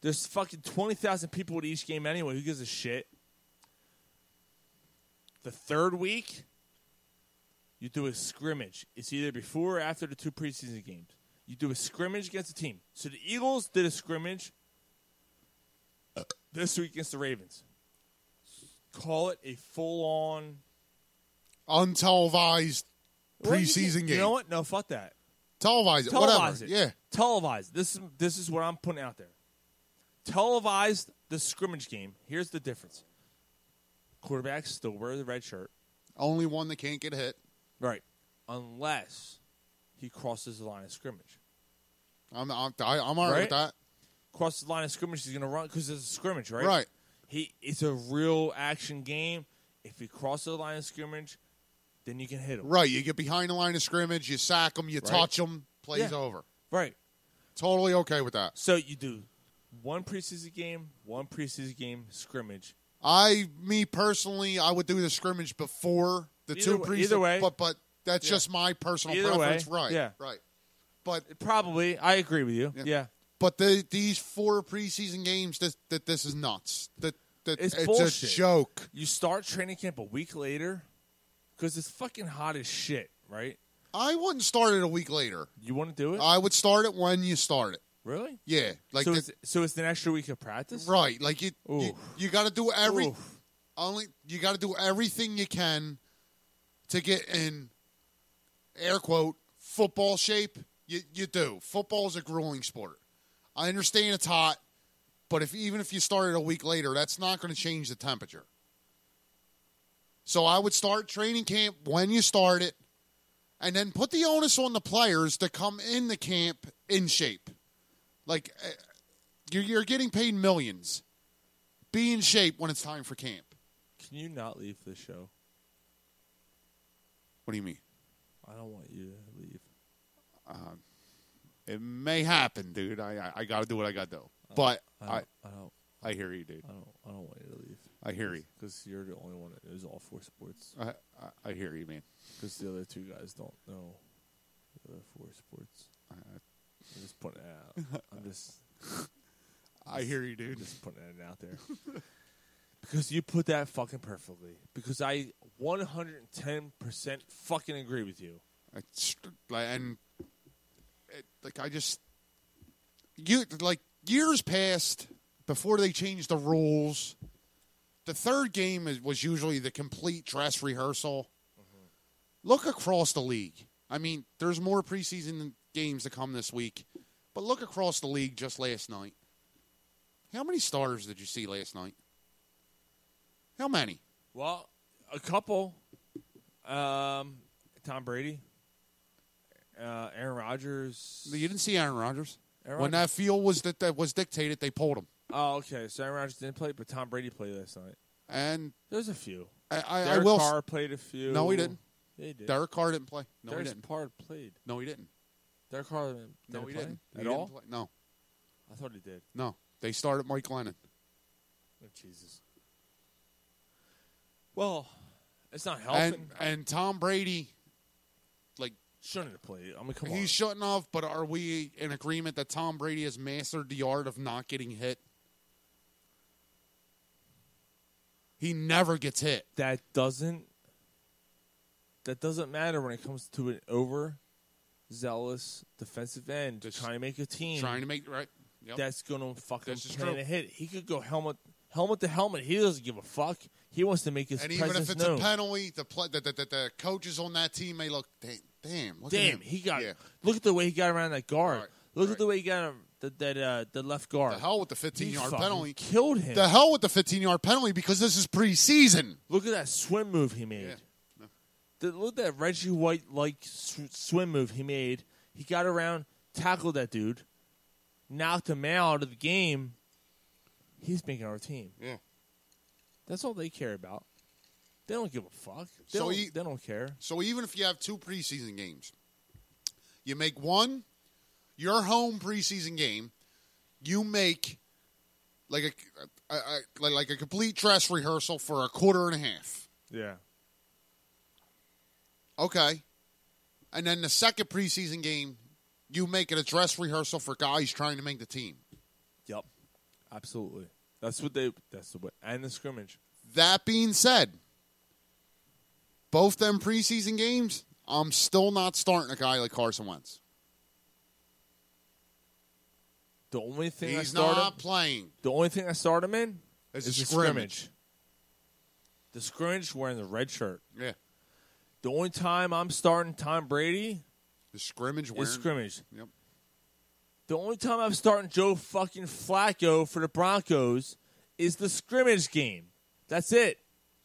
There's fucking 20,000 people at each game anyway. Who gives a shit? The third week, you do a scrimmage. It's either before or after the two preseason games. You do a scrimmage against a team. So the Eagles did a scrimmage uh, this week against the Ravens. Call it a full on
Untelevised preseason game.
You know what? No, fuck that.
Televise it.
Televise
whatever.
it.
Yeah.
Televise. This is this is what I'm putting out there. Televised the scrimmage game. Here's the difference. Quarterbacks still wear the red shirt.
Only one that can't get hit.
Right. Unless he crosses the line of scrimmage.
I'm I'm, I, I'm all right,
Right?
with that.
Crosses the line of scrimmage, he's going to run because it's a scrimmage, right?
Right.
He It's a real action game. If he crosses the line of scrimmage, then you can hit him.
Right. You get behind the line of scrimmage, you sack them, you
Right.
touch them, plays
Yeah.
over.
Right.
Totally okay with that.
So you do one preseason game, one preseason game scrimmage.
I, me personally, I would do the scrimmage before the
Either
two
wa-
preseason.
either way.
but but that's
Yeah.
just my personal
Either
preference.
way,
Right.
yeah.
Right. But
Probably. I agree with you.
Yeah.
yeah.
but the, these four preseason games, this, that this is nuts. That that
It's
a
bullshit.
joke.
You start training camp a week later because it's fucking hot as shit, right?
I wouldn't start it a week later.
You want to do it?
I would start it when you start it.
really?
Yeah, like
so,
the-
it's, so it's an extra week of practice?
right, like you you,
Oof.
you got to do every
Oof.
only you got to do everything you can to get in air quote football shape. You you do. Football is a grueling sport. I understand it's hot, but if even if you started a week later, that's not going to change the temperature. So I would start training camp when you start it, and then put the onus on the players to come in the camp in shape. Like eh, you're, you're getting paid millions. Be in shape when it's time for camp.
Can you not leave the show?
What do you mean?
I don't want you to leave.
It may happen, dude. I I, I got to do what I got to do. But
I
I
don't, I, don't,
I hear you, dude.
I don't, I don't want you to leave
I hear you.
because you're the only one that knows all four sports.
I I, I hear you, man.
Because the other two guys don't know the other four sports. I'm just putting it out. I'm just,
I hear you,
I'm
dude.
just putting it out there. *laughs* because you put that fucking perfectly. Because I 110% fucking agree with you.
It's, like, and it, like I just you like years passed before they changed the rules. The third game is, was usually the complete dress rehearsal. Look across the league. I mean, there's more preseason games to come this week, but look across the league just last night. How many starters did you see last night? How many?
Well, a couple. Um, Tom Brady, uh, Aaron Rodgers.
You didn't see Aaron Rodgers.
Aaron
when that
Rodgers.
field was that, that was dictated, they pulled him.
Oh, okay. So Aaron Rodgers didn't play, but Tom Brady played last night.
And
There's a few.
I, I, I
Derek
will.
Carr played a few.
No, he didn't.
Yeah, he did.
Derek Carr didn't play. No,
Derek
he didn't.
Carr played.
No, he didn't.
Derek Carr didn't
No,
play
he didn't. He
at
didn't
all.
play. No,
I thought he did.
no. They started Mike Lennon.
Oh, Jesus. Well, it's not helping.
And and Tom Brady, like
Shouldn't have played. I mean, come on.
he's shutting off. But are we in agreement that Tom Brady has mastered the art of not getting hit? He never gets hit.
that doesn't that doesn't matter when it comes to an over zealous defensive end
Just
trying to make a team
Trying to make right. Yep.
that's gonna fucking
This is
plan
true.
a hit. He could go helmet helmet to helmet. He doesn't give a fuck. He wants to make his
and even
presence
if it's
known.
a penalty, the, pl- the, the, the the coaches on that team may look. Damn, damn, look at
Damn,
him."
he got
Yeah.
look at the way he got around that guard.
Right,
Look
right.
at the way he got him, that that uh, the left guard.
The hell with the
he
15 yard
fucking
penalty.
killed him.
The hell with the 15 yard penalty because this is preseason.
Look at that swim move he made.
Yeah.
The- look at that Reggie White like sw- swim move he made. He got around, tackled that dude, knocked him out of the game. He's making our team.
Yeah.
That's all they care about. They don't give a fuck. They,
So
don't,
he-
they don't care.
So even if you have two preseason games, you make one your home preseason game, you make like a, a, a like, like a complete dress rehearsal for a quarter and a half.
Yeah.
Okay. And then the second preseason game, you make it a dress rehearsal for guys trying to make the team.
Yep. Absolutely. That's what they. That's the way. And the scrimmage.
That being said, both them preseason games, I'm still not starting a guy like Carson Wentz.
The only thing I
He's
start
not
him,
playing.
the only thing I start him in
It's
is,
a
the
scrimmage.
scrimmage. The scrimmage wearing the red shirt.
Yeah.
The only time I'm starting Tom Brady
The scrimmage wearing.
is scrimmage.
Yep.
The only time I'm starting Joe fucking Flacco for the Broncos is the scrimmage game. That's it.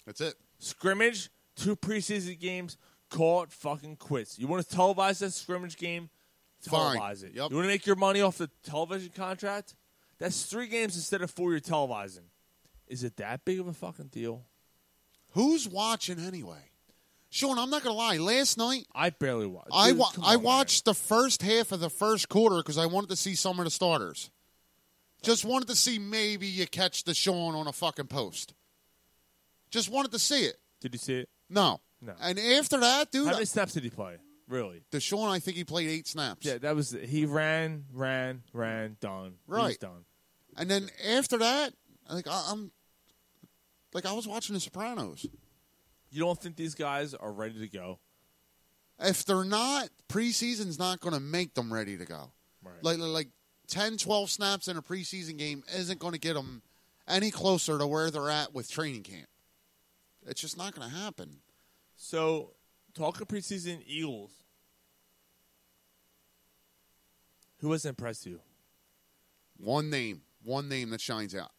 That's it.
Scrimmage, two preseason games, call it fucking quits. You want to televise that scrimmage game?
Fine.
Televise it.
Yep.
You want to make your money off the television contract? That's three games instead of four you're televising. Is it that big of a fucking deal?
Who's watching anyway? Sean, I'm not gonna lie. Last night,
I barely watched.
I wa- I watched the first half of the first quarter because I wanted to see some of the starters. Just wanted to see maybe you catch the Sean on a fucking post. Just wanted to see it.
Did you see it?
No.
No.
And after that, dude,
How many snaps did he play? Really?
Deshaun, I think he played eight snaps.
Yeah, that was he ran, ran, ran, done.
Right.
He's done.
And then after that, like I, I'm, like I was watching The Sopranos.
You don't think these guys are ready to go?
If they're not, preseason's not going to make them ready to go.
Right.
Like like 10, 12 snaps in a preseason game isn't going to get them any closer to where they're at with training camp. It's just not going to happen.
So, talk of preseason Eagles. Who has impressed you?
One name, one name that shines out: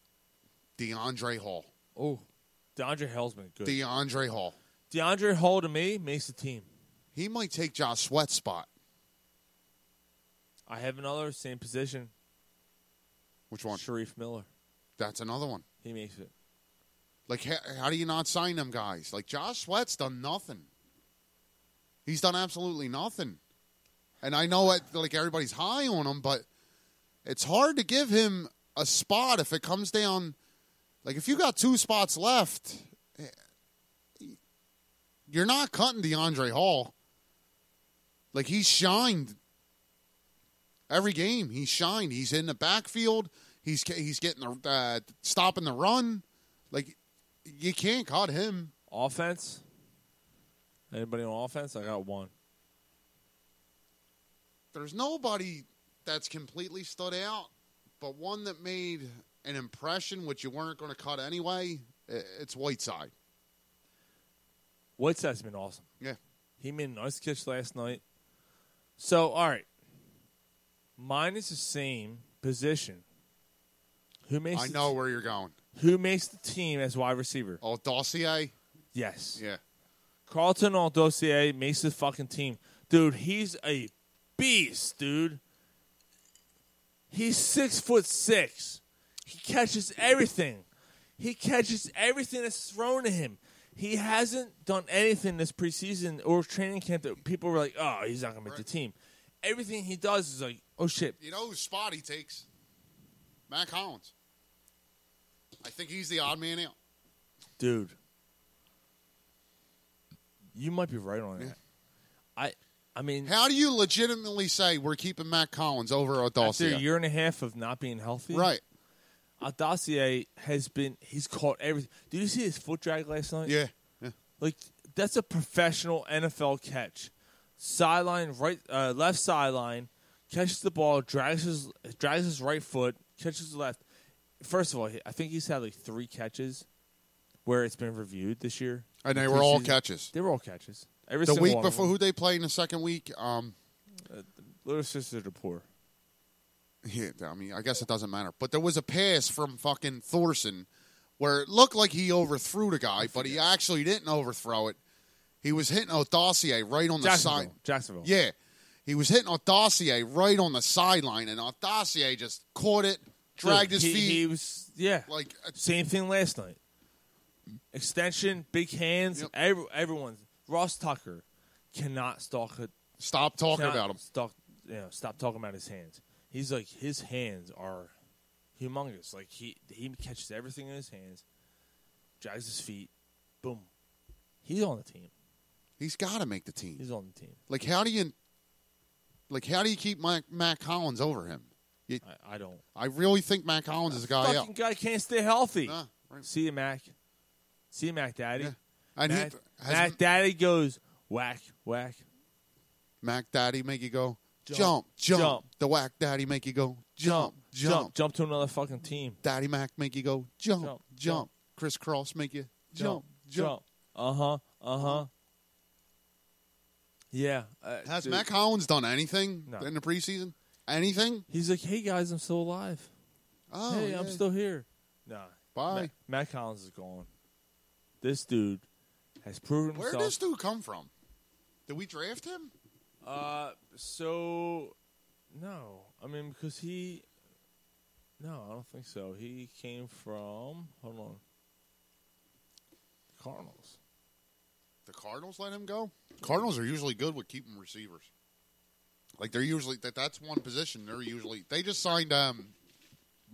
DeAndre Hall.
Oh, DeAndre Hall's been good.
DeAndre Hall.
DeAndre Hall to me makes the team.
He might take Josh Sweat's spot.
I have another same position.
Which one?
Sharif Miller.
That's another one.
He makes it.
Like, how, how do you not sign them guys? Like, Josh Sweat's done nothing. He's done absolutely nothing. And I know it, like everybody's high on him, but it's hard to give him a spot if it comes down. Like, if you got two spots left, eh, you're not cutting DeAndre Hall. Like, he shined every game. He shined. He's in the backfield. He's he's getting the uh, stopping the run. Like you can't cut him.
Offense. Anybody on offense? I got one.
There's nobody that's completely stood out, but one that made an impression, which you weren't going to cut anyway. i- It's Whiteside.
Whiteside's been awesome.
Yeah,
He made a nice catch last night. So, all right. Mine is the same position. Who makes
I
the
know where you're going.
Who makes the team as wide receiver?
Oh, dossier.
Yes.
Yeah,
Carlton Aldossier makes the fucking team. Dude, he's a beast, dude. He's six foot six. He catches everything. He catches everything that's thrown to him. He hasn't done anything this preseason or training camp that people were like, oh, he's not going to make the team. Everything he does is like, oh shit.
you know whose spot he takes? Mac Hollins. I think he's the odd man out.
Dude, you might be right on that. I, I mean,
How do you legitimately say we're keeping Mac Collins
after
over
a
Dossier?
year and a half of not being healthy,
Right.
Aldacier has been he's caught everything. Did you see his foot drag last night?
Yeah. yeah.
Like that's a professional NFL catch. Sideline right uh, left sideline catches the ball, drags his drags his right foot, catches the left. First of all, he- I think he's had like 3 catches where it's been reviewed this year.
And they
In
were all
preseason.
catches.
They were all catches. Every
the
single
week
one of
before
them.
who they play in the second week um *laughs*
little sister to poor.
yeah, i mean i guess it doesn't matter but there was a pass from fucking thorson where it looked like he overthrew the guy but he actually didn't overthrow it he was hitting Odossier right on the
Jacksonville.
side
Jacksonville.
yeah he was hitting Odossier right on the sideline and Odossier just caught it dragged
Dude,
his
he,
feet
He was yeah.
like uh,
Same thing last night. Extension, big hands, every, everyone. Ross Tucker cannot stalk. A,
stop talking
cannot
about him.
Stalk, you know, stop talking about his hands. He's like his hands are humongous. Like he he catches everything in his hands, drags his feet, boom. He's on the team.
He's got to make the team.
He's on the team.
Like how do you, like how do you keep Mac, Matt Collins over him? You-
I, I don't.
I really think Matt Collins is a guy
Fucking
out.
guy can't stay healthy.
Oh, Nah,
See you, Mac. See you, Mac Daddy.
And he-
Mac,
has-
Mac Daddy goes whack whack.
Mac Daddy make you go
Jump,
jump, jump.
jump.
The whack Daddy make you go jump,
jump,
jump.
jump to another fucking team.
Daddy Mac make you go jump,
Jump,
jump.
jump.
Chris Cross make you
Jump,
jump, jump.
Uh huh. Uh huh. Yeah. Uh,
Has
dude,
Mac Collins done anything
No.
in the preseason? Anything?
He's like, hey guys, I'm still alive.
Oh,
hey, I'm
yeah.
still here. Nah.
Bye.
Matt, Matt Collins is gone. This dude has proven
Where
himself.
does this dude come from? Did we draft him?
Uh, so no, I mean because he, no, I don't think so. He came from hold on, Cardinals.
The Cardinals let him go. Cardinals are usually good with keeping receivers. Like they're usually that that's one position they're usually they just signed um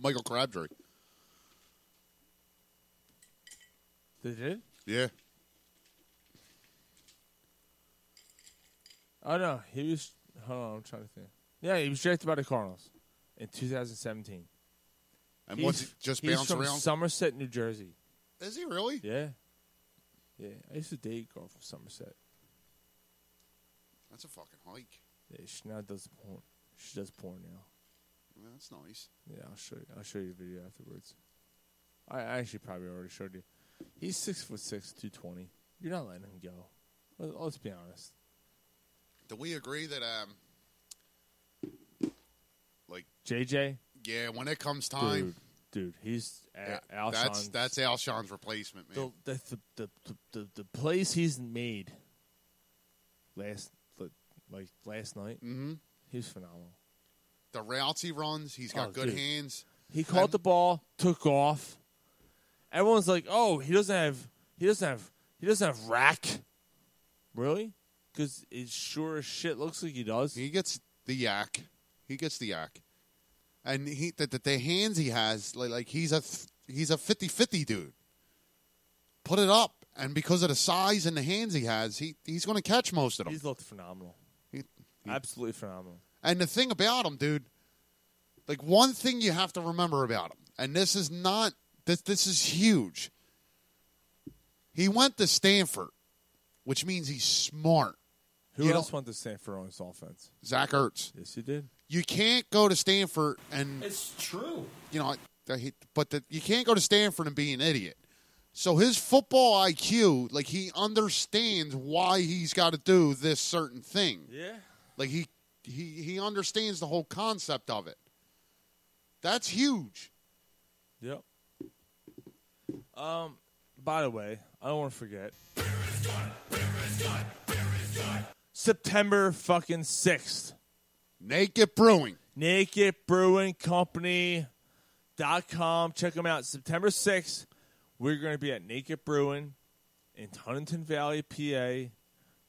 Michael Crabtree.
They did?
Yeah.
Oh no, he was. Hold on, I'm trying to think. Yeah, he was drafted by the Cardinals in 2017.
And
He's-
what's he just
he's
bounce
from
around?
Somerset, New Jersey.
Is he really?
Yeah, yeah. I used to date a girl from Somerset.
That's a fucking hike.
Yeah, she now does porn. She does porn now.
Yeah, That's nice.
Yeah, I'll show you. I'll show you the video afterwards. I, I actually probably already showed you. He's six foot six, two twenty. You're not letting him go. Let- Let's be honest.
Do we agree that um like
JJ,
yeah, when it comes time
dude, dude, he's
yeah,
a- Alshon.
that's that's Alshon's replacement, man.
the, the, the, the, the, the, the plays he's made last the- like last night. Mm-hmm. He's phenomenal.
The, routes he runs, he's got
Oh,
good
dude.
hands.
He caught the ball, took off. Everyone's like, "Oh, he doesn't have, he doesn't have, he doesn't have rack." Really? Because it sure as shit looks like he does.
He gets the yak. He gets the yak. And he the, the, the hands he has, like, like he's a th- he's a 50-50 dude. Put it up, and because of the size and the hands he has, he he's going to catch most of them.
He's looked phenomenal,
He-
absolutely phenomenal.
And the thing about him, dude, like one thing you have to remember about him, and this is not this this is huge. He went to Stanford, which means he's smart.
Who
You
else
don't-
went to Stanford on his offense?
Zach Ertz.
Yes, he did.
You can't go to Stanford and
It's true.
you know, I, I hate, but the, you can't go to Stanford and be an idiot. So his football IQ, like he understands why he's got to do this certain thing.
Yeah.
Like he he he understands the whole concept of it. That's huge.
Yep. Um. By the way, I don't want to forget. September fucking sixth.
Naked Brewing.
Naked Brewing Company dot com. Check them out. September 6th, we're going to be at Naked Brewing in Huntington Valley, PA,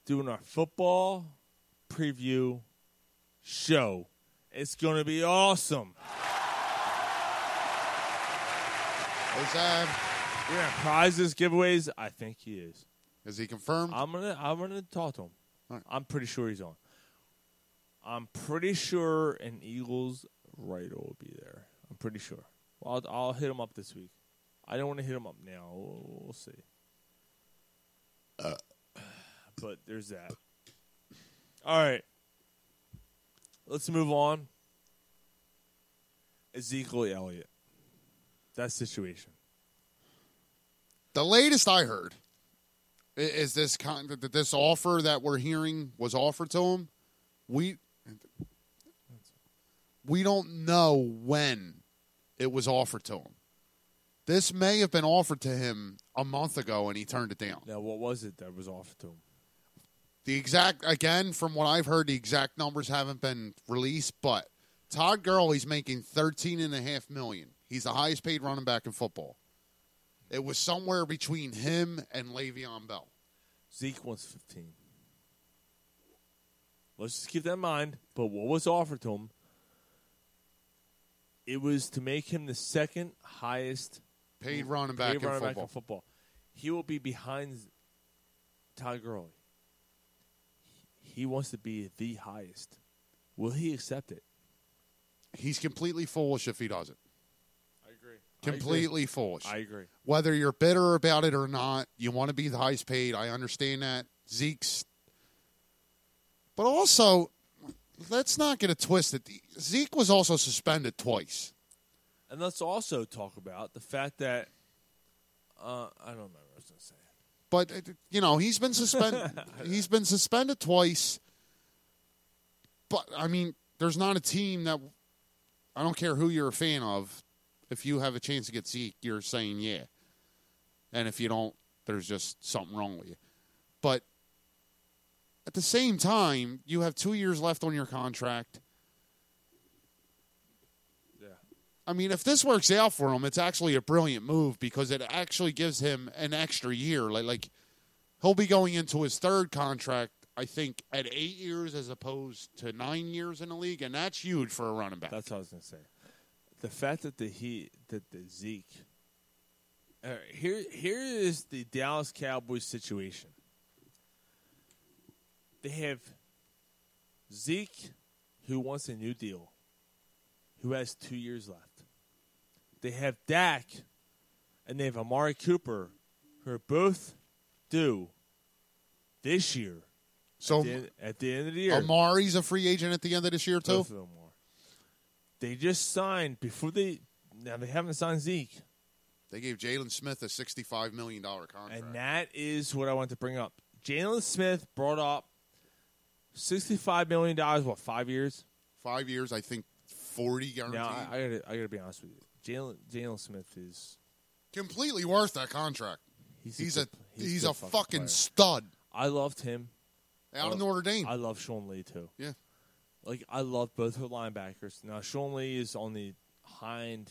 doing our football preview show. It's going to be awesome. We're
Is uh,
going to have prizes, giveaways. I think he is.
is he confirmed?
I'm gonna I'm gonna talk to him.
All right.
I'm pretty sure he's on. I'm pretty sure an Eagles writer will be there. I'm pretty sure. Well, I'll, I'll hit him up this week. I don't want to hit him up now. We'll, we'll see.
Uh.
But there's that. All right. Let's move on. Ezekiel Elliott. That situation.
the latest I heard i- is this con- that this offer that we're hearing was offered to him. We we don't know when it was offered to him. This may have been offered to him a month ago, and he turned it down.
Now, what was it that was offered to him?
The exact again, from what I've heard, the exact numbers haven't been released, but Todd Gurley's making thirteen and a half million. He's the highest paid running back in football. It was somewhere between him and Le'Veon Bell.
Zeke wants 15. Let's just keep that in mind. But what was offered to him, it was to make him the second highest
Paid running back
paid
in
running back
football.
in football. He will be behind Todd Gurley. He wants to be the highest. Will he accept it?
He's completely foolish if he doesn't.
I agree.
Completely foolish.
I agree.
Whether you're bitter about it or not, you want to be the highest paid. I understand that. Zeke's. But also, let's not get it twisted. Zeke was also suspended twice.
And let's also talk about the fact that uh, I don't remember what I was going to say.
But uh, you know he's been suspended.
*laughs*
he's been suspended twice. But I mean, there's not a team that I don't care who you're a fan of. If you have a chance to get Zeke, you're saying yeah. And if you don't, there's just something wrong with you. But at the same time, you have two years left on your contract.
Yeah.
I mean, if this works out for him, it's actually a brilliant move because it actually gives him an extra year. Like, like he'll be going into his third contract, I think, at eight years as opposed to nine years in the league, and that's huge for a running back.
That's what I was gonna say. The fact that the he that the Zeke. All right, here here is the Dallas Cowboys situation. They have Zeke, who wants a new deal, who has two years left. They have Dak, and they have Amari Cooper, who are both due this year.
So-
at the, end- at the end of the year,
Amari's a free agent at the end of this year too.
both of them are. They just signed before they. Now they haven't signed Zeke,
They gave Jalen Smith a sixty-five million dollar contract.
and that is what I want to bring up. Jalen Smith brought up sixty-five million dollars. What five years?
Five years, I think, forty guaranteed.
Now I, I gotta, I gotta be honest with you. Jalen, Jalen Smith is
Completely worth that contract.
he's,
He's
a
a
good-
he's,
a,
a
good
fucking,
player.
stud
I loved him.
out
Oh.
of Notre Dame.
I love Sean Lee too.
yeah,
Like I love both her linebackers. Now Sean Lee is on the hind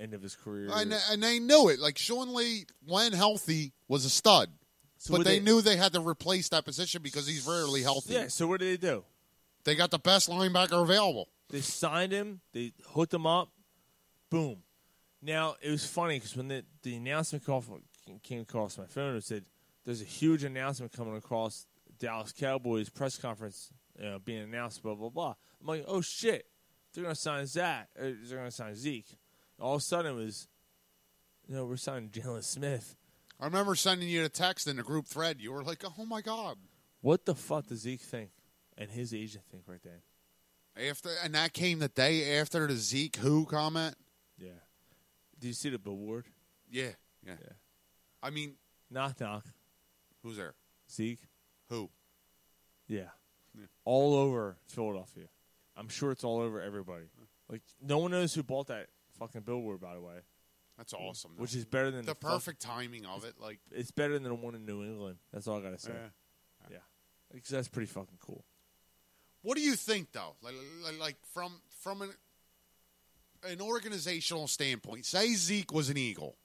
end of his career.
and, and they knew it. Like Sean Lee, when healthy, was a stud,
So
but
what
they, knew they had to replace that position because he's rarely healthy.
Yeah. So what do they do?
They got the best linebacker available.
They signed him. They hooked him up. Boom. Now it was funny because when the, the announcement call for, came across my phone, it said there's a huge announcement coming across Dallas Cowboys press conference you know, being announced. Blah blah blah. I'm like, oh shit, they're gonna sign Zach. Or they're gonna sign Zeke. All of a sudden it was, no, we're signing Jalen Smith.
I remember sending you a text in the group thread. You were like, "Oh my god!"
What the fuck does Zeke think and his agent think right then?
After and that came the day after the Zeke who comment.
Yeah. Do you see the billboard?
Yeah, yeah. I mean,
Knock knock.
who's there?
Zeke.
Who?
Yeah. All over Philadelphia. I'm sure it's all over everybody. Like no one knows who bought that fucking billboard by the way,
That's awesome. though.
which is better than
the
fuck-
perfect timing of it. Like,
it's better than the one in New England. That's all I got to say.
Yeah.
Yeah. Because that's pretty fucking cool.
what do you think though? Like, like, like from from an an organizational standpoint, say Zeke was an Eagle,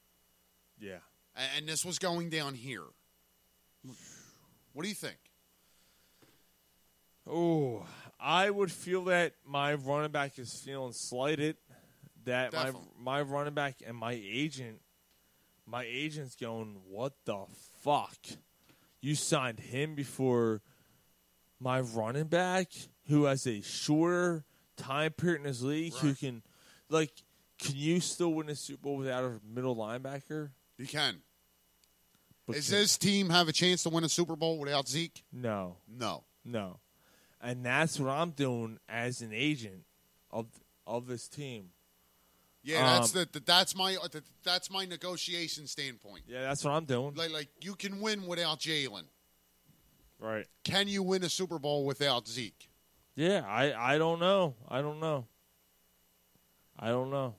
Yeah.
a- and, this was going down here. What do you think?
Oh, I would feel that my running back is feeling slighted. That
Definitely.
my my running back and my agent, my agent's going, what the fuck? You signed him before my running back, who has a shorter time period in his league, who
Right.
can, like, can you still win a Super Bowl without a middle linebacker?
You can.
But
Does
can-
this team have a chance to win a Super Bowl without Zeke?
no?
No.
No, and that's what I'm doing as an agent of of this team.
Yeah, that's
Um,
the, that's my that's my negotiation standpoint.
Yeah, that's what I'm doing.
Like, like you can win without Jalen.
right.
Can you win a Super Bowl without Zeke?
Yeah, I I don't know. I don't know. I don't know.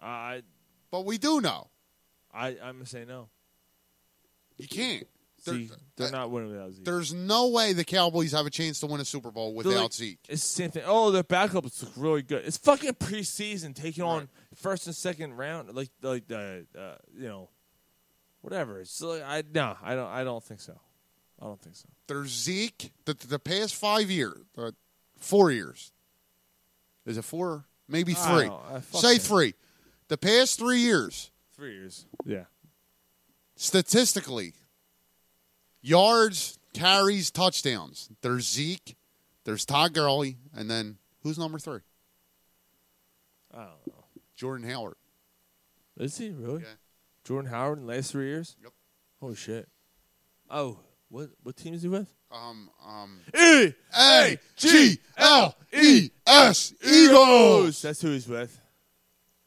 I
But we do know
I I'm gonna say no.
you can't. There-
See, they're
uh,
not winning without Zeke.
There's no way the Cowboys have a chance to win a Super Bowl
They're
without
like-
Zeke.
It's the same thing. Oh, their backups look really good. It's fucking preseason taking on
Right.
first and second round, like like the uh, you know whatever. It's like, I no, I don't. I don't think so. I don't think so.
There's Zeke. The, the past five years, uh, four years. Is it four? Maybe
I
three.
don't know. I fuck
Say
it.
three. The past three years,
Three years. Yeah.
statistically, yards, carries, touchdowns. There's Zeke. There's Todd Gurley, and then who's number three?
I don't know.
Jordan Howard.
Is he really?
Yeah.
Jordan Howard in the last three years?
Yep.
Holy shit. Oh, what what team is he with?
Um, um,
E
A G L E S Eagles.
That's who he's with.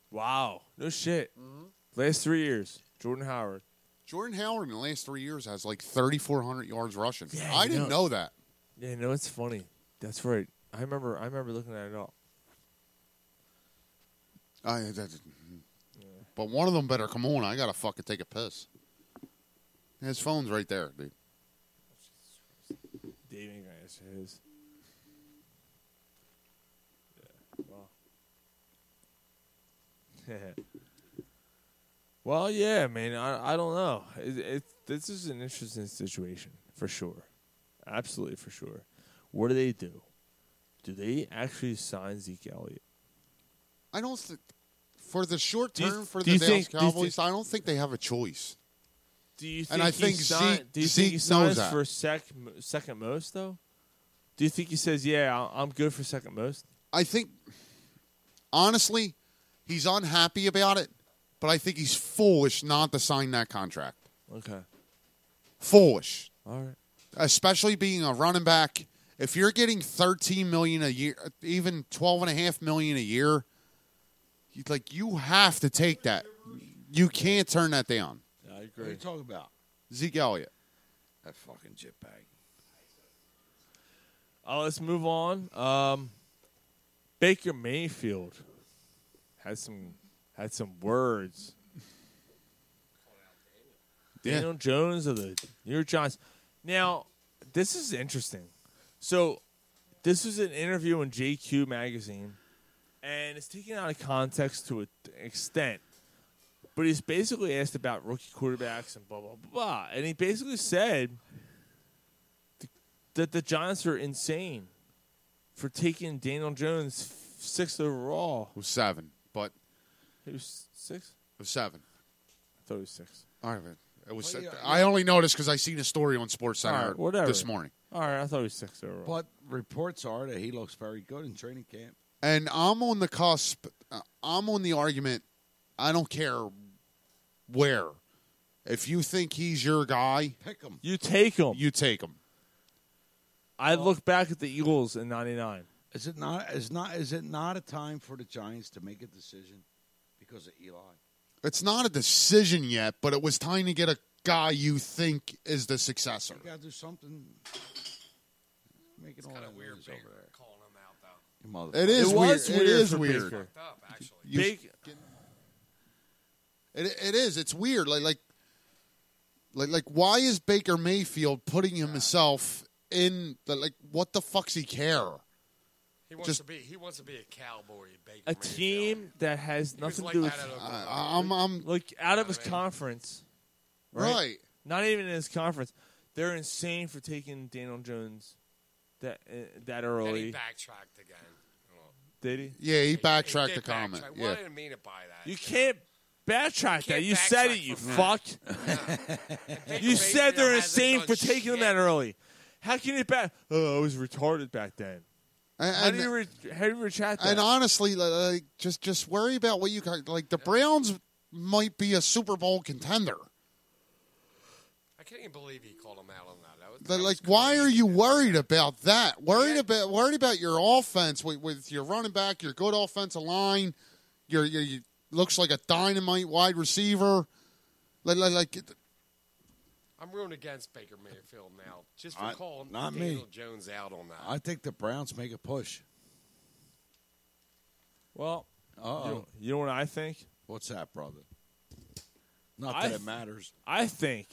Wow. No shit.
Mm-hmm.
Last three years, Jordan Howard.
Jordan Howard in the last three years has like 3,400 yards rushing.
Yeah,
I
you
didn't
know.
know that.
Yeah, no, it's funny. That's right. I remember. I remember looking at it all.
I, that- Mm-hmm. but one of them better come on. I gotta fucking take a piss. His phone's right there, dude.
Dave ain't gonna answer his. Yeah. Well. *laughs* well, yeah, man. I I don't know. It, it this is an interesting situation for sure, absolutely for sure. What do they do? Do they actually sign Zeke Elliott?
I don't think for the short
Do you-
term for
do
the
you
Dallas
think- do you
Cowboys.
think-
I don't think they have a choice.
Do you think
And I
he
think
sign-
Zeke-
do you think
Zeke
he
knows
signs
that.
for sec, second most though? Do you think he says, "Yeah, I- I'm good for second most"?
I think honestly, he's unhappy about it, but I think he's foolish not to sign that contract.
Okay,
Foolish.
all right.
especially being a running back if you're getting 13 million a year even 12 and a half million a year you like you have to take that you can't turn that down
I
What are you
agree.
talking about?
zeke elliott
That fucking jitbag.
Oh, let's move on. Um, Baker Mayfield had some had some words.
Yeah.
Daniel Jones of the New York Giants. Now, this is interesting. So, this was an interview in JQ magazine, and it's taken out of context to an extent. But he's basically asked about rookie quarterbacks and blah blah blah, and he basically said that the Giants are insane for taking Daniel Jones f- sixth overall.
it was seven but
He was six.
it was seven
I thought he was six.
all right man. it was
Well, yeah,
i only noticed because i seen a story on sports
All
center
right, whatever.
this morning
All right, I thought he was six overall.
But reports are that he looks very good in training camp.
and i'm on the cusp uh, i'm on the argument i don't care where if you think he's your guy
Pick him.
you take him.
you take him
I look back at the Eagles in '99.
Is it not? Is not? Is it not a time for the Giants to make a decision because of Eli?
It's not a decision yet, but it was time to get a guy you think is the successor.
You got to do something. Making all
Kind
that
of weird
noise
Baker
Oh, over there.
calling him out, though.
Your mother.
It is
It
weird.
was
It
weird
is
for
weird.
Baker.
Fucked up, actually.
You-
Big-
It, it is. It's weird. Like like like like why is Baker Mayfield putting himself in the, like what the fuck's he care?
He wants
Just-
to be. He wants to be a cowboy. Baker
a
Mayfield.
team that has
He was
nothing
like
to do
that
with
at
I,
Oklahoma.
I- I'm I'm
like out of his
I mean-
conference.
right.
Not even in his conference. They're insane for taking Daniel Jones that uh, that
and he
early.
backtracked again. Well,
Did he?
Yeah, he
he
backtracked the
did
comment.
backtrack.
Yeah.
Well, I didn't mean to buy that.
You can't backtrack that.
can't
You said
backtrack
it, you
from that.
fuck.
*laughs* Baker
You said they're
Mayfield hasn't
insane
done
for taking them
shit.
that early. How can you back? Oh, I was retarded back then. How
And,
do you
and,
re- how do you retract that?
and honestly, li- like just just worry about what you got. Like the Browns might be a Super Bowl contender.
I can't even believe he called him out on that. that was,
They're
that
like,
was
why are
crazy.
you worried about that? Worried
Yeah.
about worried about your offense with, with your running back, your good offensive line, your, your, your looks like a dynamite wide receiver. Like, like, like
I'm rooting against Baker Mayfield now, just for
I-
calling
not me.
Daniel Jones out on that.
*laughs* I think the Browns make a push.
well, you
Uh
know, you know what I think?
What's that, brother? Not
I
that
th-
it matters.
I think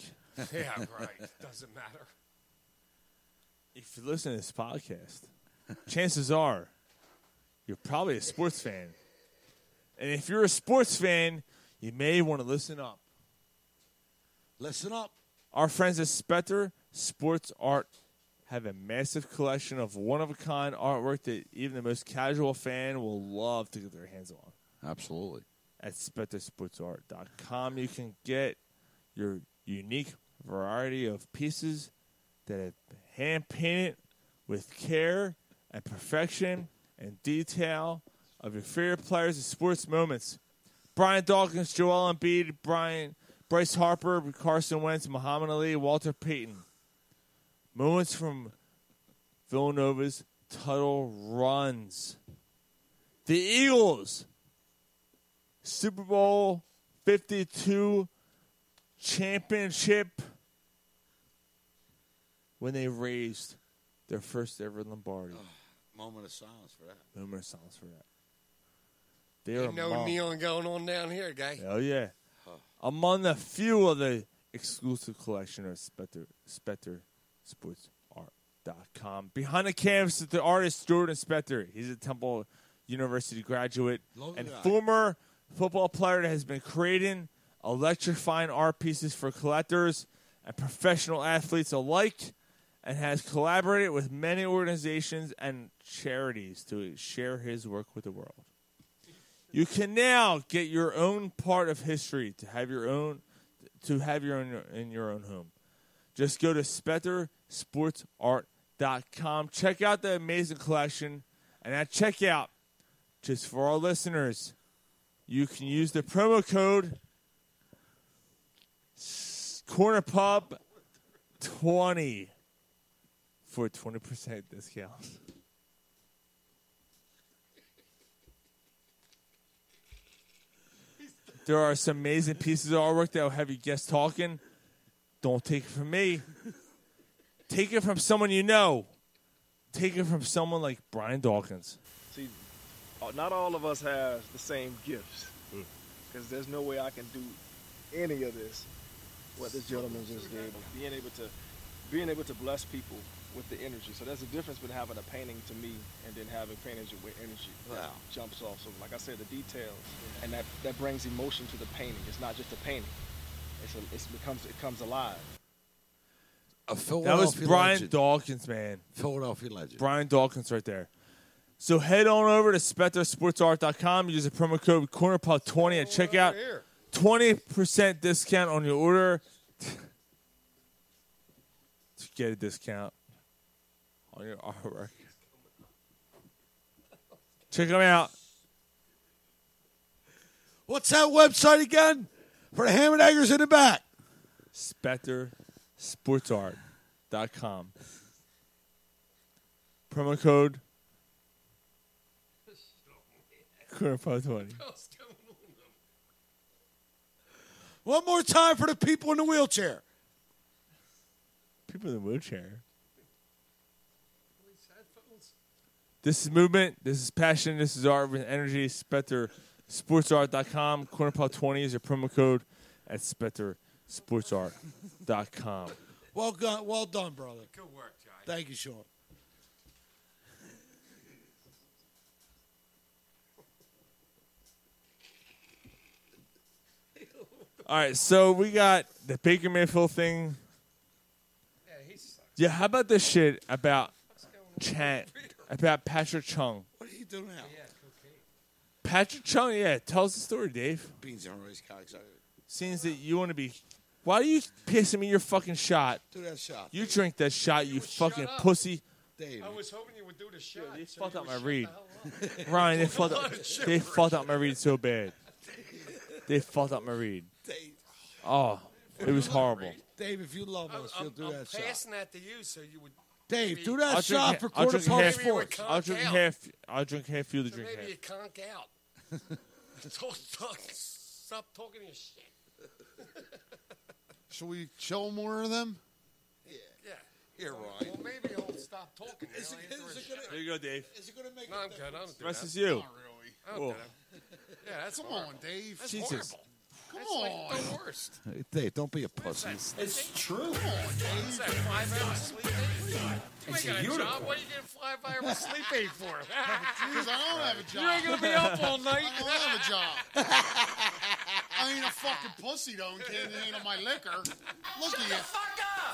yeah, right. Doesn't matter.
if you listen to this
*laughs*
podcast, chances are you're probably a sports fan. And if you're a sports fan, you may want to listen up.
Listen up.
Our friends at Spectre Sports Art have a massive collection of one of a kind artwork that even the most casual fan will love to get their hands on.
Absolutely.
At SpectreSportsArt.com, you can get your unique variety of pieces that are hand painted with care and perfection and detail of your favorite players and sports moments. Brian Dawkins, Joel Embiid, Brian Bryce Harper, Carson Wentz, Muhammad Ali, Walter Payton. Moments from Villanova's title runs. The Eagles, Super Bowl 52 championship when they raised their first ever Lombardi.
Moment of silence for that.
Moment of silence for that. They are
Ain't no
among-
kneeling going on down here, guy.
Hell yeah. Among the few of the exclusive collection of Spectre, Spectre Sports Art.com. Behind the canvas is the artist Jordan Spectre. He's a Temple University graduate
Love
and
that.
former football player that has been creating electrifying art pieces for collectors and professional athletes alike and has collaborated with many organizations and charities to share his work with the world. You can now get your own part of history to have your own to have your own in your own home. Just go to spettersportsart.com. Check out the amazing collection and at checkout, just for our listeners, you can use the promo code Corner Pub 20 for a 20% discount. There are some amazing pieces of artwork that will have you guests talking. Don't take it from me. Take it from someone you know. Take it from someone like Brian Dawkins.
See, uh, not all of us have the same gifts,
Hmm.
because there's no way I can do any of this what this gentleman just did. Being able to, being able to bless people with the energy. So there's a difference between having a painting to me and then having paintings with energy that
Wow.
jumps off. So like I said, the details and that that brings emotion to the painting. It's not just a painting. It's a, it's becomes it comes alive.
That was
Philadelphia
Brian
legend.
Dawkins, man.
Philadelphia legend.
Brian Dawkins right there. So head on over to SpectreSportsArt.com. Use the promo code CornerPop20 at checkout. 20% discount on your order *laughs* to get a discount on your artwork. Check them out.
What's that website again? For the ham and eggers in the back.
SpectreSportsArt.com. Promo code CornerPop20.
One more time for the people in the wheelchair.
People in the wheelchair. This is movement. This is passion. This is art with energy. Spectre sportsart.com. Cornerpop20 is your promo code at Spectre sportsart.com.
Well done, well done, brother.
Good work, Josh.
Thank you, Sean.
All right, so we got the Baker Mayfield thing.
Yeah, he sucks.
Yeah, how about this shit about Chan, about Patrick Chung?
What are you doing now?
Yeah, cocaine.
Patrick Chung, yeah, tell us the story, Dave.
Beans aren't always cocksucker.
Seems that you want to be. Why are you pissing me your fucking shot?
Do that shot.
You drink that shot, you, fucking
shut up.
pussy.
Dave.
I was hoping you would do the shot.
they
so
fucked
you
up
would
my
shut
read.
the hell
*laughs*
up.
Ryan, they fucked
lot
up.
of
They fucked up my read so bad. They fucked up my read.
Dave,
Oh, it was horrible.
Dave, if you love us,
I'm,
you'll do
I'm
that shot.
passing that to you so you would.
Dave,
maybe-
do that
I'll
shot
drink,
for
I'll
quarter
drink
pound
half.
Maybe it would
sports.
come
I'll drink
down.
half. I'll drink half. You to
So
drink
maybe you
half.
conk
*laughs*
out. Talk- talk- Stop talking your shit.
Should we show more of them?
Yeah.
Here, Ryan.
Well, maybe he'll stop talking.
Is
Now
it-
I ain't
is
doing
it gonna-
shit.
There you go, Dave.
Is it going to make
No, I'm good. I don't
The
do
rest
that.
is you.
really.
I don't do
Whoa.
that. Yeah, that's
Come
horrible.
on, Dave.
That's
Jesus.
horrible.
Come
That's
on.
like the worst.
Hey, Dave, don't be a pussy.
It's true.
What's that? Five hours sleep aid? You ain't got a job. What are you getting
*laughs*
five hours sleep aid for?
Jeez, I don't have a job.
you ain't gonna be up all night.
I don't have a job. I ain't a fucking pussy though and can't handle my liquor. Look at you.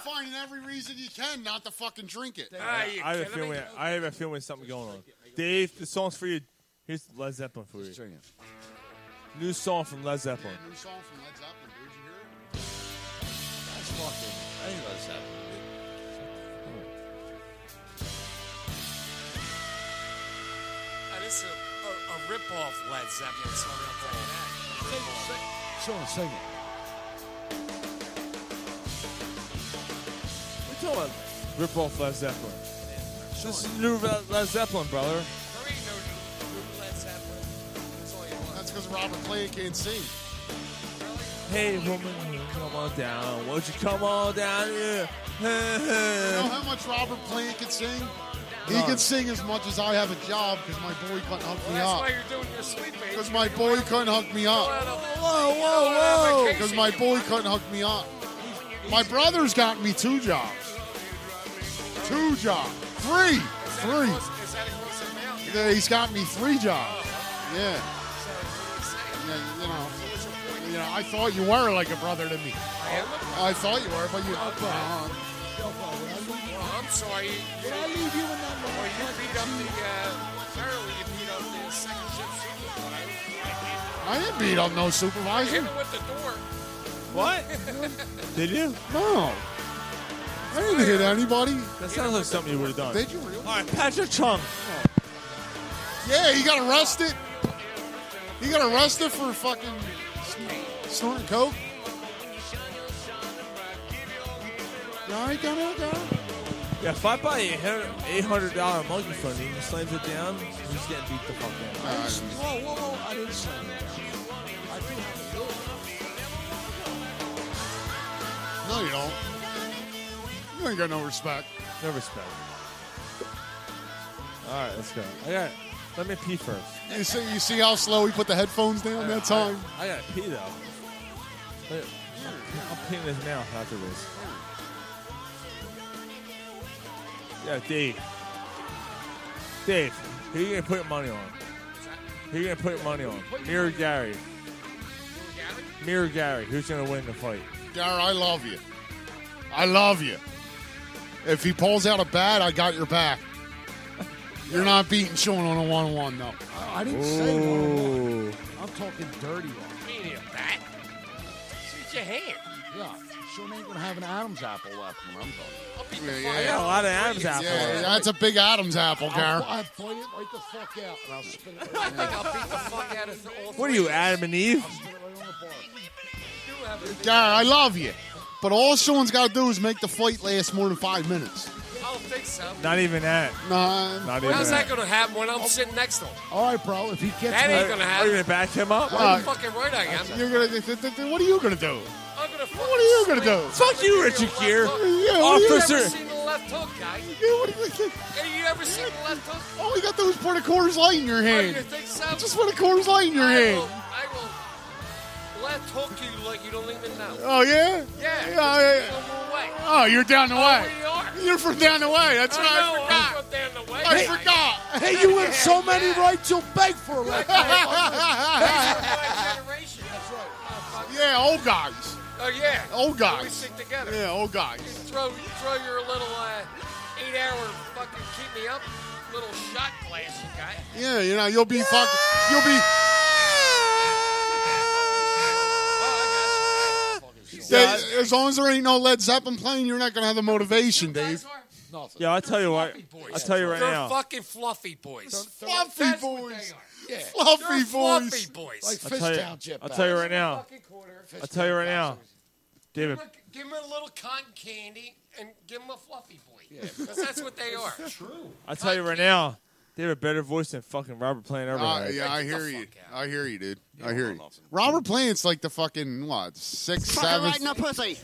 Finding every reason you can not to fucking drink it.
*laughs* I have a feeling. I have a feeling something going on. Dave, the song's for you. Here's Led Zeppelin for you. New song from Led Zeppelin.
New song from Led Zeppelin. Did you hear it?
That's fucking. I didn't know this happened.
Oh, this is a, a, a rip-off Led Zeppelin song. I'll tell you that.
Sean, sing it.
What you talking about? Rip off Led Zeppelin. This is new Led Led Zeppelin, brother.
There ain't no new, new Led Zeppelin. That's all you want.
That's because Robert Clay can't sing.
Hey woman, come on down. Won't you come on down here?
You
*laughs*
know how much Robert Plant can sing? He
None.
can sing as much as I have a job because my boy couldn't hook
Well,
me
that's why
up.
you're doing your sleep aid.
Because my boy couldn't hook me up.
Whoa, whoa,
whoa.
Because my boy couldn't hook me up. My brother's got me two jobs. Two jobs. Three. Three.
Is that a gross amount?
Yeah, he's got me three jobs. Yeah. Yeah, you know. You know, I thought you were like a brother to me. I
am.
I thought you were, but you.
Oh,
uh-huh.
Well, I'm sorry. Did I leave you in that moment? Well, you beat up the, uh, apparently you beat up the second ship supervisor.
I didn't beat up no
Hit
supervisor.
him with the door.
What? Did you?
No. I didn't hit anybody.
That sounds like something you would have done.
Did you really?
All right, Patrick Chung.
Yeah, he got arrested. He got arrested for fucking sn- snorting coke. You all right down there, guy?
Yeah, if I buy a $800 monkey phone, he slams it down, he's getting beat the fuck
out.
Whoa, whoa, whoa! I didn't sing it. I do have to do it.
No, you don't. You ain't got no respect.
No respect. All right, let's go. I got. Let me pee first.
You see, you see how slow he put the headphones down that time?
I gotta pee though. Wait, I'm peeing his mouth after this. Yeah, Dave. Dave, who you gonna put your money on? Who you gonna put your money on? Me or Gary? Me or Gary? Who's gonna win the fight?
Gar, I love you. I love you. If he pulls out a bat, I got your back. You're not beating Sean on a one-on-one, though.
I I didn't say one. I'm talking dirty one.
You need a bat? Shoot your hand.
Yeah, Sean ain't gonna have an Adam's apple left when I'm done.
Yeah,
I got a lot of Adam's apple.
Yeah, yeah, that's a big Adam's apple,
I'll,
Gar.
I'll play it right the fuck out, and I'll spin
I
it. *laughs* Right
think I'll beat the fuck out of all
What are you, Adam and Eve?
Gar, I love you. But all Sean's got to do is make the fight last more than five minutes.
I don't think so.
Not even that.
Nah.
Not even
How's that
that.
going to happen when I'm sitting next to him?
All right, bro. If he gets
That ain't gonna
Are you gonna back him up?
You're fucking right I am.
You're gonna. Th- th- th- what are you gonna do?
I'm going to fucking
What are you gonna do?
Fuck you, Richard Gere.
Yeah, what are
Officer.
you-
You ever
Officer.
seen the left hook, guy?
Yeah, what are you-
Have you ever seen the left hook?
All you got to do is put a Coors Light in your
Oh, you
hand.
think so?
Just put a Coors Light in your
I
hand.
will, I will left hook you like you don't even know.
Oh yeah.
Yeah.
Yeah, yeah, yeah.
No more way.
Oh, you're down the
Oh,
way.
we are.
You're from down the way. That's
I
right.
know,
I forgot.
I'm from down the way.
I
Hey,
forgot.
Hey, you win so many rights, you'll beg for a right.
*laughs* my generation. That's right. Oh, fuck.
yeah, old guys.
Oh, yeah.
Old
We
guys.
stick together.
Yeah, old guys.
Throw, throw your little uh, eight-hour fucking keep me up little shot glass you got.
Yeah, you know you'll be fucking. You'll
Oh,
be.
I got you. Fucking shit.
They- as long as there ain't no Led Zeppelin playing, you're not gonna have the motivation, Dave.
Nothing.
Yeah, I'll tell you what. I'll tell you right
They're
now.
fucking fluffy boys.
Fluffy
That's what
boys.
they are. Yeah.
Fluffy
They're
boys.
Fluffy boys.
Like
I'll tell
Fishtown
you.
Jet.
I'll tell you right now.
Fucking quarter.
I'll tell you right now. David,
Look, give them a little cotton candy and give them a fluffy boy. Because that's what they
*laughs*
are.
True.
I'll tell you right now. They have a better voice than fucking Robert Plant ever
Uh,
had.
yeah, I
Get
hear
the
you.
fuck out.
I hear you, dude. I hear you. Robert Plant's like the fucking what six, seven.
pussy.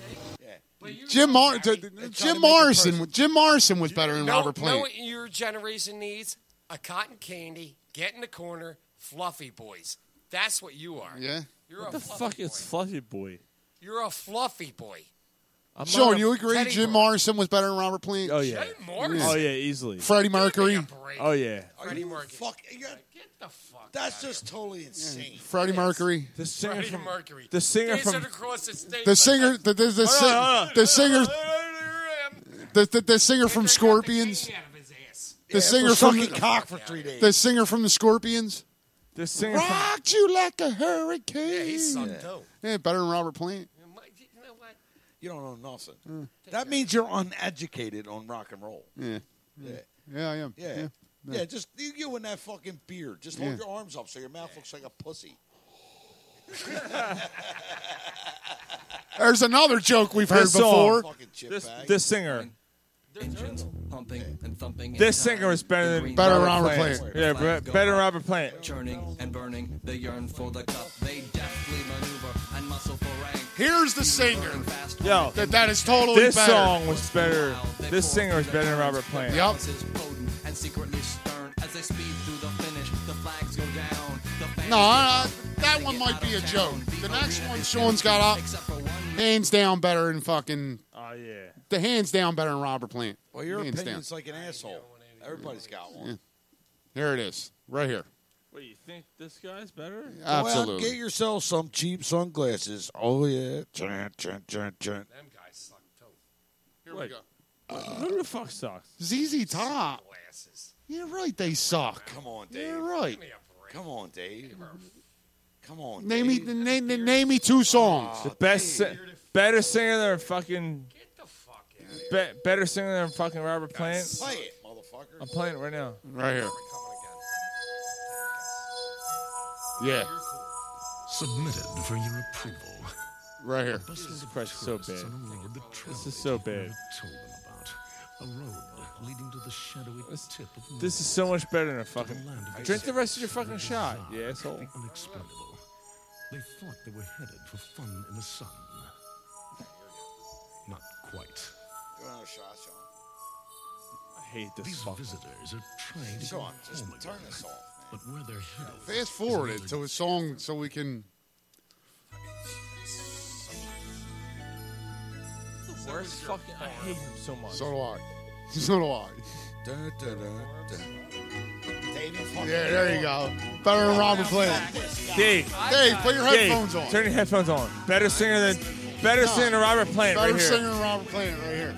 Jim Mar- th- th- Jim Morrison. Jim Morrison was better than
No,
Robert
know
Plant.
what your generation needs? A cotton candy, get in the corner, fluffy boys. That's what you are.
Yeah.
You're
What
a
the
fluffy
fuck
boy.
is Fluffy Boy?
You're a fluffy boy.
I'm not
Sean,
a-
you agree
Teddy
Jim
Mar-
Morrison was better than Robert Plant?
Oh yeah. Oh yeah, easily.
Freddie Mercury.
Oh yeah.
Are you fuck? you got- That's just totally insane.
Freddie Mercury.
The singer
Freddie from- Mercury.
The singer
Dancing
from
across the stage
The
like
singer.
that.
The the the,
Hold on, hold
si-
on.
the singer. The, the, the singer from Scorpions. The
Yeah,
singer
for
from
sucking cock for three days.
The singer from the Scorpions.
The
singer from-
rocked you like a hurricane. Yeah,
he sucked dope.
Yeah, better than Robert Plant.
You don't know nothing.
Mm.
That means you're uneducated on rock and roll.
Yeah.
Yeah.
Yeah, I am.
Yeah.
Yeah.
Yeah, just you, you and that fucking beard. Just
Yeah.
hold your arms up so your mouth looks like a pussy.
There's another joke we've heard
this song,
before.
This, this singer.
Engines pumping and thumping.
This singer is better than
Better Robert Plant.
Yeah,
Flames
be-
go
better than
up,
Robert Plant.
Churning and burning, they yearn for the cup. They deftly maneuver and muscle for rank.
Here's the singer.
Yo,
That that is totally
this
better.
song was better. This singer is better than Robert Plant.
Yep.
Is potent and secretly stern as they speed through the finish. The flags go down. The fans go
No, I, I- that one might be a joke. The next one, Sean's got up. Hands down, better than fucking.
Oh yeah.
The hands down, better than Robert Plant.
Well, your
hands down.
opinion's like an asshole. Everybody's got one.
Yeah. Here it is, right here.
What you think this guy's better?
Go out and
Absolutely.
get yourself some cheap sunglasses. Oh yeah. Chant, chant, chant, chant.
Them guys suck too.
Here
we go. Who the fuck sucks?
ZZ Top.
Glasses.
You're right, they suck.
Come on, Dave.
You're right.
Give me a break. Come on, Dave. Come on.
Name me, name, name me two songs.
The best, si- better singer than fucking. Be- better singer than fucking Robert Plant.
Play it, motherfucker.
I'm playing it right now.
Right here. Yeah.
Submitted for your approval.
Right here.
This is
so bad. This is so bad.
A road leading to the shadowy tip of
This is so much better than a fucking. Drink the rest of your fucking shot, you asshole.
unexplainable. They thought they were headed for fun in the sun. Not quite.
You want another shot, Sean?
I hate this
These
fucking.
visitors are trying to
Sean,
go
just
home again,
turn this off.
but where they're headed.
Fast forward it to a song so we can.
The worst fucking. I hate him so much.
So do I. *laughs* So do I.
Dun, dun, dun, dun. Dave, you
Yeah,
fucking-
there you go. Better than Robert Plant.
Dave,
Dave, put your
Dave,
headphones on.
Turn your headphones on. Better singer than. Better singer than Robert Plant
Better
right here.
singer than Robert Plant right here.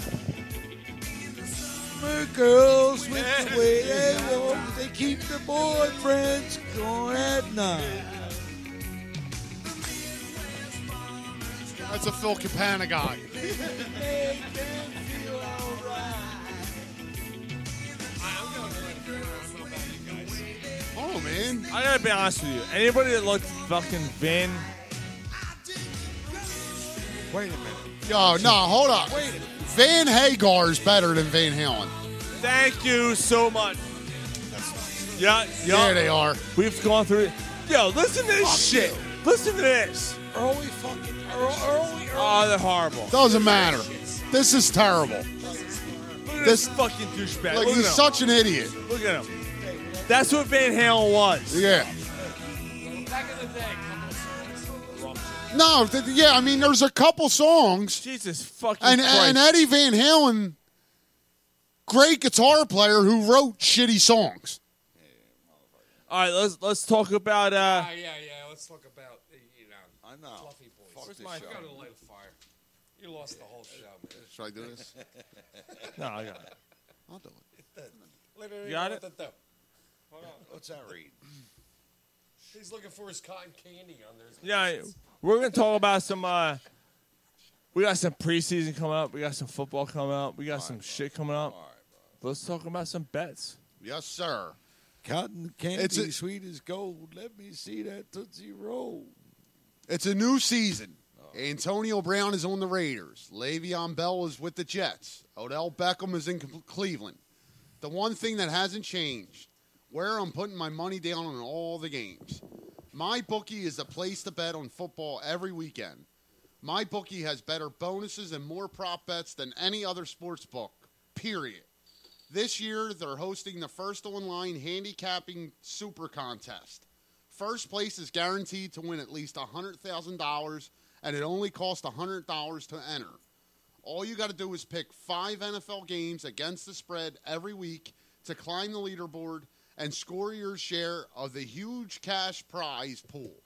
My girls with the way they walk, they keep the boyfriends going at night.
That's a Phil Capana guy. Oh man.
I gotta be honest with you. Anybody that looked fucking Vin,
Wait a minute.
Yo, no, hold up.
Wait a minute.
Van Hagar's better than Van Halen.
thank you so much. Yeah,
Yeah, they are.
We've gone through. Yo, listen to this shit. Listen to this.
Early fucking early, early,
Oh, they're horrible.
Doesn't matter. This is terrible.
Look at this, fucking douchebag.
Like
Look
he's
at him.
such an idiot.
Look at him. That's what Van Halen was.
Yeah.
Back in the day, come on.
No, th- yeah, I mean, there's a couple songs,
Jesus fucking
and
Christ.
and Eddie Van Halen, great guitar player who wrote shitty songs.
All right, let's let's talk about. uh
Ah, yeah, yeah. Let's talk about uh, you know.
I know.
Fluffy boys.
Fuck
Where's
this
my?
show.
We gotta light a fire. You lost the whole show, man.
Should I do this?
No, I got it.
I'll do it.
Literally,
You got
what the th-
What's that read?
He's looking for his cotton candy on there.
Yeah, we're gonna talk about some. uh We got some preseason coming up. We got some football coming up. We got some shit coming up. Let's talk about some bets.
Yes, sir.
Cotton candy,
It's a-
sweet as gold. Let me see that Tootsie Roll.
It's a new season. Antonio Brown is on the Raiders. Le'Veon Bell is with the Jets. Odell Beckham is in Cle- Cleveland. The one thing that hasn't changed, where I'm putting my money down on all the games. My bookie is the place to bet on football every weekend. My bookie has better bonuses and more prop bets than any other sports book. Period. This year, they're hosting the first online handicapping super contest. First place is guaranteed to win at least $100,000, and it only costs $100 to enter. All you got to do is pick five NFL games against the spread every week to climb the leaderboard and score your share of the huge cash prize pool.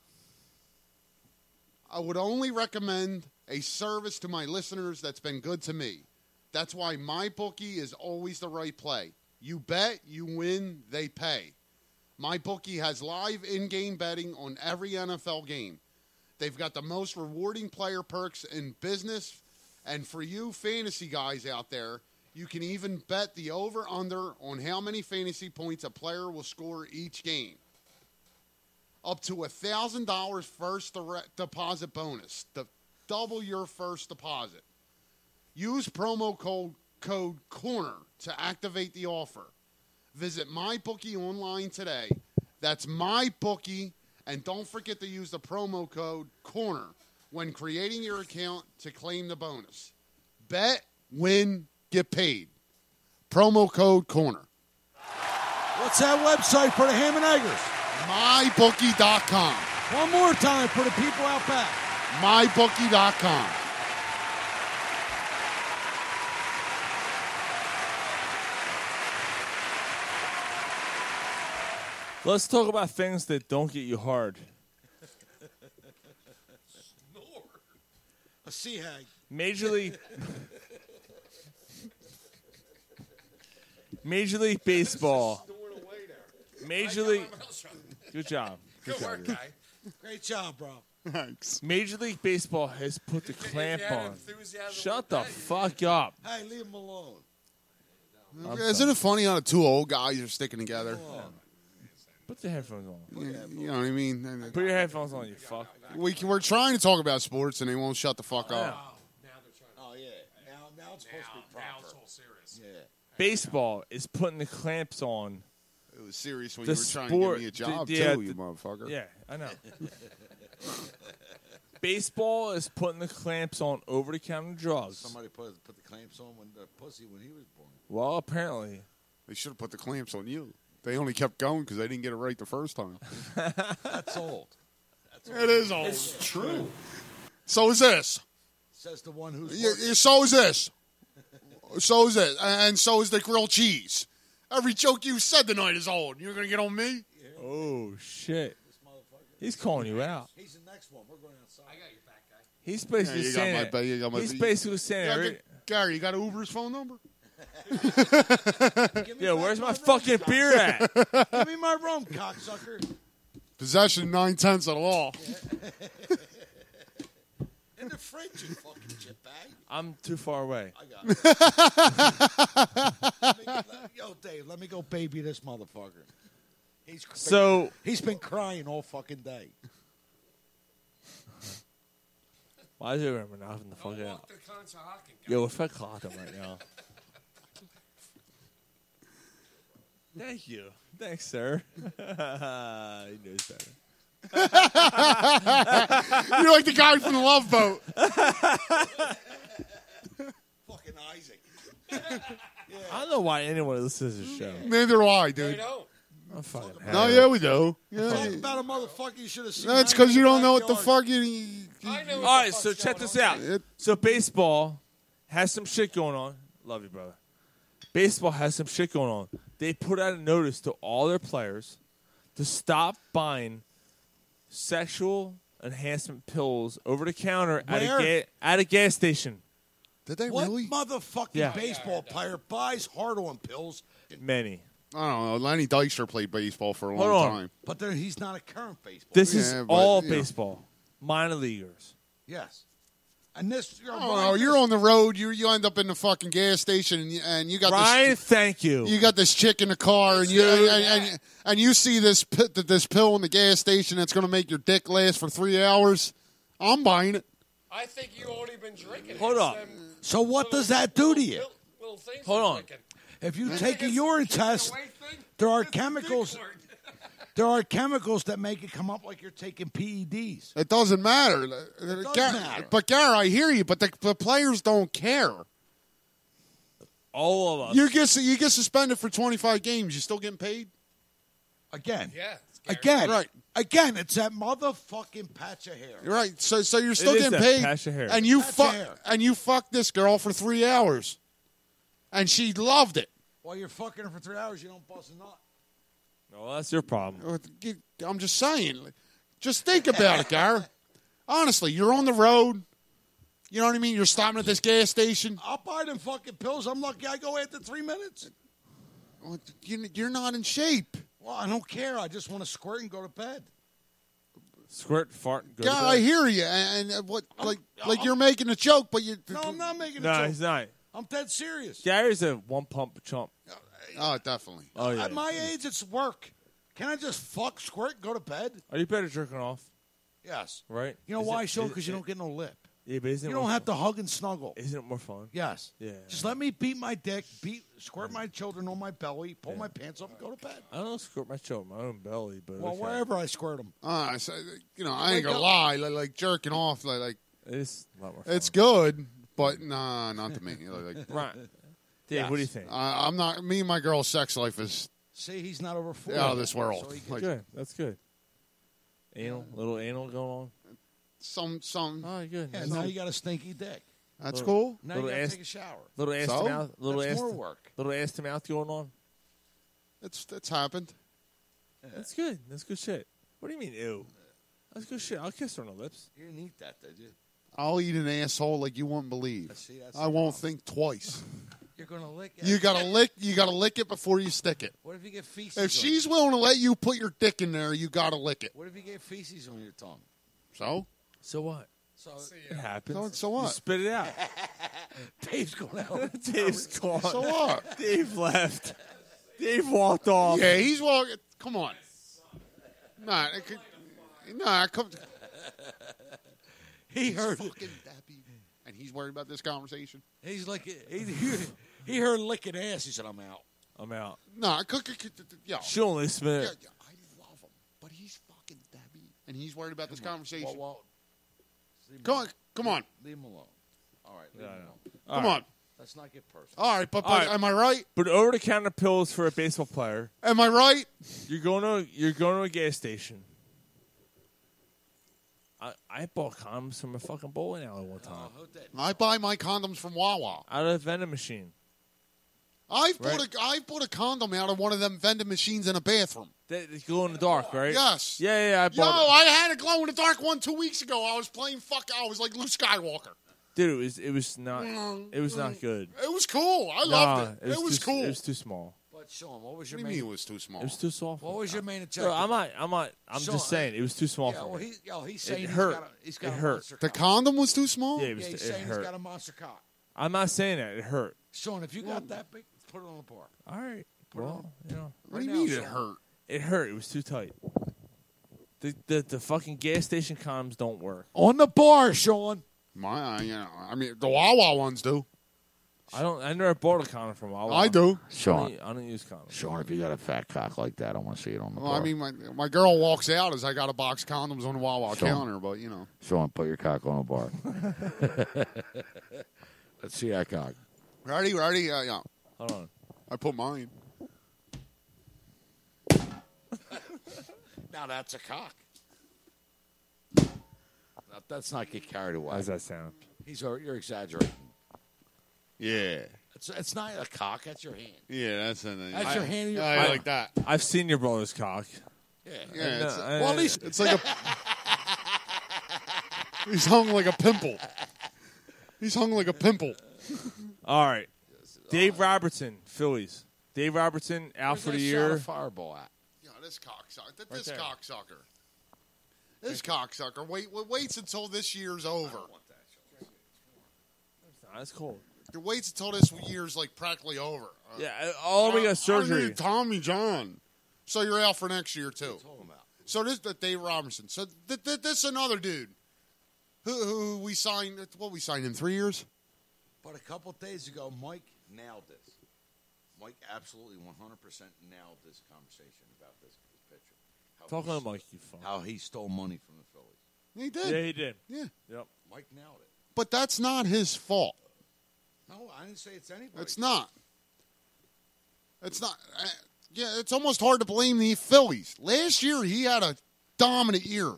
I would only recommend a service to my listeners that's been good to me. That's why my bookie is always the right play. You bet, you win, they pay. My bookie has live in-game betting on every NFL game. They've got the most rewarding player perks in business. And for you fantasy guys out there, you can even bet the over under on how many fantasy points a player will score each game. Up to $1,000 first direct deposit bonus to double your first deposit. Use promo code, code CORNER to activate the offer. Visit MyBookie online today. That's MyBookie. And don't forget to use the promo code CORNER when creating your account to claim the bonus. Bet, win, get paid. Promo code CORNER.
What's that website for the ham and eggers?
MyBookie.com.
One more time for the people out back.
MyBookie.com.
Let's talk about things that don't get you hard.
A sea hag.
Major
*laughs*
League Major League Baseball. Major League. Good job.
Good
job,
work,
dude.
guy. Great job, bro.
Thanks.
Major League Baseball has put the clamp
had
on.
enthusiasm
Shut the fuck up.
Hey, leave him alone.
I'm
Isn't it funny how the two old guys are sticking together?
Put the headphones on.
You know what I mean?
Put your headphones on, you fuck.
We can, we're trying to talk about sports and they won't shut the fuck up.
Oh yeah. Now, now it's supposed to be proper. Now it's all serious. Yeah.
Baseball is putting the clamps on.
It was serious when
the
you were trying to
sport-
give me a job,
the- yeah,
too, you
the-
motherfucker.
Yeah, I
*laughs*
know. Baseball is putting the clamps on over the counter drugs.
Somebody put put the clamps on when the pussy when he was born.
Well, apparently.
They should have put the clamps on you. They only kept going because they didn't get it right the first
*laughs*
time.
That's old. That's
It is old.
It's true.
So is this.
Says the one who's
Y- y- So is this. So is this. And so is the grilled cheese. Every joke you said tonight is old. You're going to get on me?
Oh shit! He's calling you out.
He's the next one. We're going outside. I got your back, guy.
He's basically
Yeah, you got
saying
my
it.
ba- you got my-
He's basically saying
Yeah, I
every-
think- Gary, you got Uber's phone number?
Yeah, where's my fucking beer at?
Give me my rum, cocksucker.
Possession nine tenths of the law.
In the fridge, you fucking chip bag.
I'm too far away.
I got it. Let me- Yo, Dave, let me go baby this motherfucker. He's cr-
So-
he's been crying all fucking day.
Why is everyone laughing the fuck out?
The cons are hawking.
Yo, if I caught him right now. Thank you. Thanks, sir. *laughs* he knows better.
You're like the guy from the Love Boat.
Fucking Isaac.
I don't know why anyone listens to this show.
Neither do I, dude.
I'm fucking
No,
happy.
yeah, we do.
Talk
Yeah.
about a motherfucker you should have seen.
That's
hiding
because you
in
don't
the
know what the
backyard.
fuck you.
All right, so check this out. So baseball has some shit going on. Love you, brother. Baseball has some shit going on. They put out a notice to all their players to stop buying sexual enhancement pills over the counter at a
Where?
ga- at a gas station.
Did they
What motherfucking
Yeah.
baseball player buys hard on pills?
Many.
I don't know. Lenny Dykstra played baseball for a
Hold
long
on.
time.
But there, he's not a current baseball.
This
player.
is
Yeah, but,
all
you know.
baseball, minor leaguers.
yes. And this, you're
Oh, no, you're on the road. You you end up in the fucking gas station, and you, and you got
Ryan,
this,
thank you.
you got this chick in the car, and you and,
Dude.
and, and, and you see this pi- th- this pill in the gas station that's going to make your dick last for three hours. I'm buying it.
I think you already been drinking.
Hold
It's
up.
them
So what does that do to you?
Little things
Hold
you're
on.
drinking.
If you take a urine test, there are chemicals. There are chemicals that make it come up like you're taking E PEDs.
It doesn't matter.
does
Gar-
matter.
But Gar, I hear you. But the, the players don't care.
All of us.
You get su- you get suspended for 25 games. You still getting paid?
again.
Yeah.
Again,
Right.
Again, it's that motherfucking patch of hair.
You're right. So so you're still
is
getting
that
paid,
patch of hair.
and you
Patch of
fuck
hair.
and you fucked this girl for three hours, and she loved it.
While you're fucking her for three hours, you don't bust a nut.
Well, that's your problem.
I'm just saying. Just think about it, Gar. Honestly, you're on the road. You know what I mean? You're stopping at this gas station.
I'll buy them fucking pills. I'm lucky I go after three minutes.
Well, you- You're not in shape.
Well, I don't care. I just want to squirt and go to bed.
Squirt, fart, go to
Yeah, I
bed.
hear you. And and what, like, like you're making a joke, but you.
No, I'm not making a
No,
joke.
he's not.
I'm dead serious.
Gary's a one pump chump.
Oh, definitely.
Oh yeah.
At my age, it's work. Can I just fuck, squirt, and go to bed?
Are you better jerking off?
Yes.
Right.
You know
Is
why,
it-
Sean?
is it-
Because you don't get no lip.
Yeah, but isn't it
You don't
more
have
fun?
to hug and snuggle.
Isn't it more fun?
Yes.
Yeah.
Just let me beat my dick, beat, squirt my children on my belly, pull my pants up, and go to bed.
I don't squirt my children my own belly, but
Well,
okay.
wherever I squirt them.
Uh, so, you know, I
Wake
ain't gonna
up.
lie. Like, like jerking off, like, like
it's a lot more
It's good, but nah, not to me. Like, like-
Right.
*laughs*
Dave, what do you think?
I, I'm not. Me and my girl's sex life is
See, he's not over four.
out of this world.
So he can-
Like,
good. That's good. Anal, little anal going on.
Some, some.
Oh, good.
Yeah,
Nice.
now you got a stinky dick.
That's
Little-
cool.
Now you gotta
ass-
take a shower.
Little ass
So?
to mouth. Little
That's
ass
more
to-
work.
Little ass to mouth going on.
It's that's happened.
That's good. That's good shit. What do you mean, ew? That's good shit. I'll kiss her on the lips.
You didn't eat that, did you?
I'll eat an asshole like you wouldn't believe.
See, that's
I
the
won't think twice.
You're gonna lick. it.
You gotta lick. You gotta lick it before you stick it.
What if you get feces?
If
on
she's
you?
willing to let you put your dick in there, you gotta lick it.
What if you get feces on your tongue?
So,
So what?
So
It happens.
so, so
You
what?
spit it out.
*laughs* Dave's going out.
Dave's gone.
So what?
Dave left. Dave walked off.
Yeah, he's walking. Come on. Nah, it could, nah, come.
*laughs* He
He's
heard.
fucking happy, and he's worried about this conversation.
He's like he, he, he heard licking ass. He said, "I'm out."
I'm out.
Nah, cook, cook, yo,
She only spit.
Yeah, yeah, I love him, but he's fucking dabby, and he's worried about this conversation.
Well, well, leave him
Come
alone.
on, come on,
Leave him alone. All right, leave him alone.
All
come
right.
on.
Let's not get personal.
All right, but,
All
but
right.
am I right?
But over the counter pills for a baseball player.
Am I right?
You're going to you're going to a gas station. I I bought condoms from a fucking bowling alley one time
Who did?
I buy my condoms from Wawa.
out of a vending machine.
I've
Right.
bought a I've bought a condom out of one of them vending machines in a bathroom.
They, they glow in the dark, right?
Yes.
Yeah, yeah, yeah, I
Yo,
bought it.
I had a glow in the dark one two weeks ago. I was playing fuck. I was like Luke Skywalker.
Dude, it was it was not it was not good.
It was cool. I
Nah,
loved it. It was,
too,
cool.
It was too small.
But Sean, what was
what
your
do you
main?
mean it was too small?
It was too soft.
What was your main objective?
Look, I'm not. I'm not. I'm
Sean,
just saying it was too small
yeah,
for
well,
me.
he, yo, he's saying he's
hurt.
got a, he's
It
got a
hurt.
monster
the
cock.
condom was too small.
Yeah, it was.
Yeah, he's
it
saying
hurt.
he's got a monster cock.
I'm not saying that. It hurt.
Sean, if you got that big, put it on the bar.
All right. Well, you know,
what do you
right now,
mean it
Sean.
hurt?
it hurt. It was too tight. The the, the fucking gas station condoms don't work.
On the bar, Sean.
My, you know, I mean the Wawa ones do.
I don't. I never bought a condom from Wawa.
I do.
I
Sean,
don't, I don't use condoms.
Sean, if you got a fat cock like that, I want to see it on the
Well,
bar.
I mean, my my girl walks out as I got a box of condoms on the Wawa
Sure.
counter, but you know,
Sean, put your cock on the bar.
*laughs*
Let's see that cock.
ready, ready, uh, yeah.
Hold on.
I put mine.
Now that's a cock.
Now, Let's not get carried away.
How's that sound?
He's over, you're exaggerating.
Yeah,
It's, it's not a cock. That's your hand.
yeah, that's in
That's your hand. in Your
I like that.
I've seen your brother's cock.
Yeah,
No,
it's,
I-
well, at least
it's like a. he's hung like a pimple. He's hung like a pimple.
All right. Dave Robertson, Phillies. Dave Robertson out for the year.
Fireball at.
Yeah, this cocksucker. Th-
Right
This
there.
cocksucker. This cocksucker. Wait, wait, waits until this year's over.
Nah, That's cold.
He waits until this year's like practically over. Uh,
Yeah. uh, Oh, we
I- I
got surgery.
need Tommy John. So you're out for next year too. So this the Dave Robinson. So th- th- this another dude who, who we signed. What we signed him three years.
But a couple days ago, Mike nailed this. Mike absolutely 100% nailed this conversation about this, this picture. How
Talking
he
to
st-
Mike, you fuck.
How he stole money from the Phillies.
He
Yeah,
did.
he did.
yeah.
Yep.
Mike nailed it.
But that's not his fault.
No, I didn't say it's anybody.
It's not. It's not. uh, yeah, it's almost hard to blame the Phillies. Last year, he had a dominant year.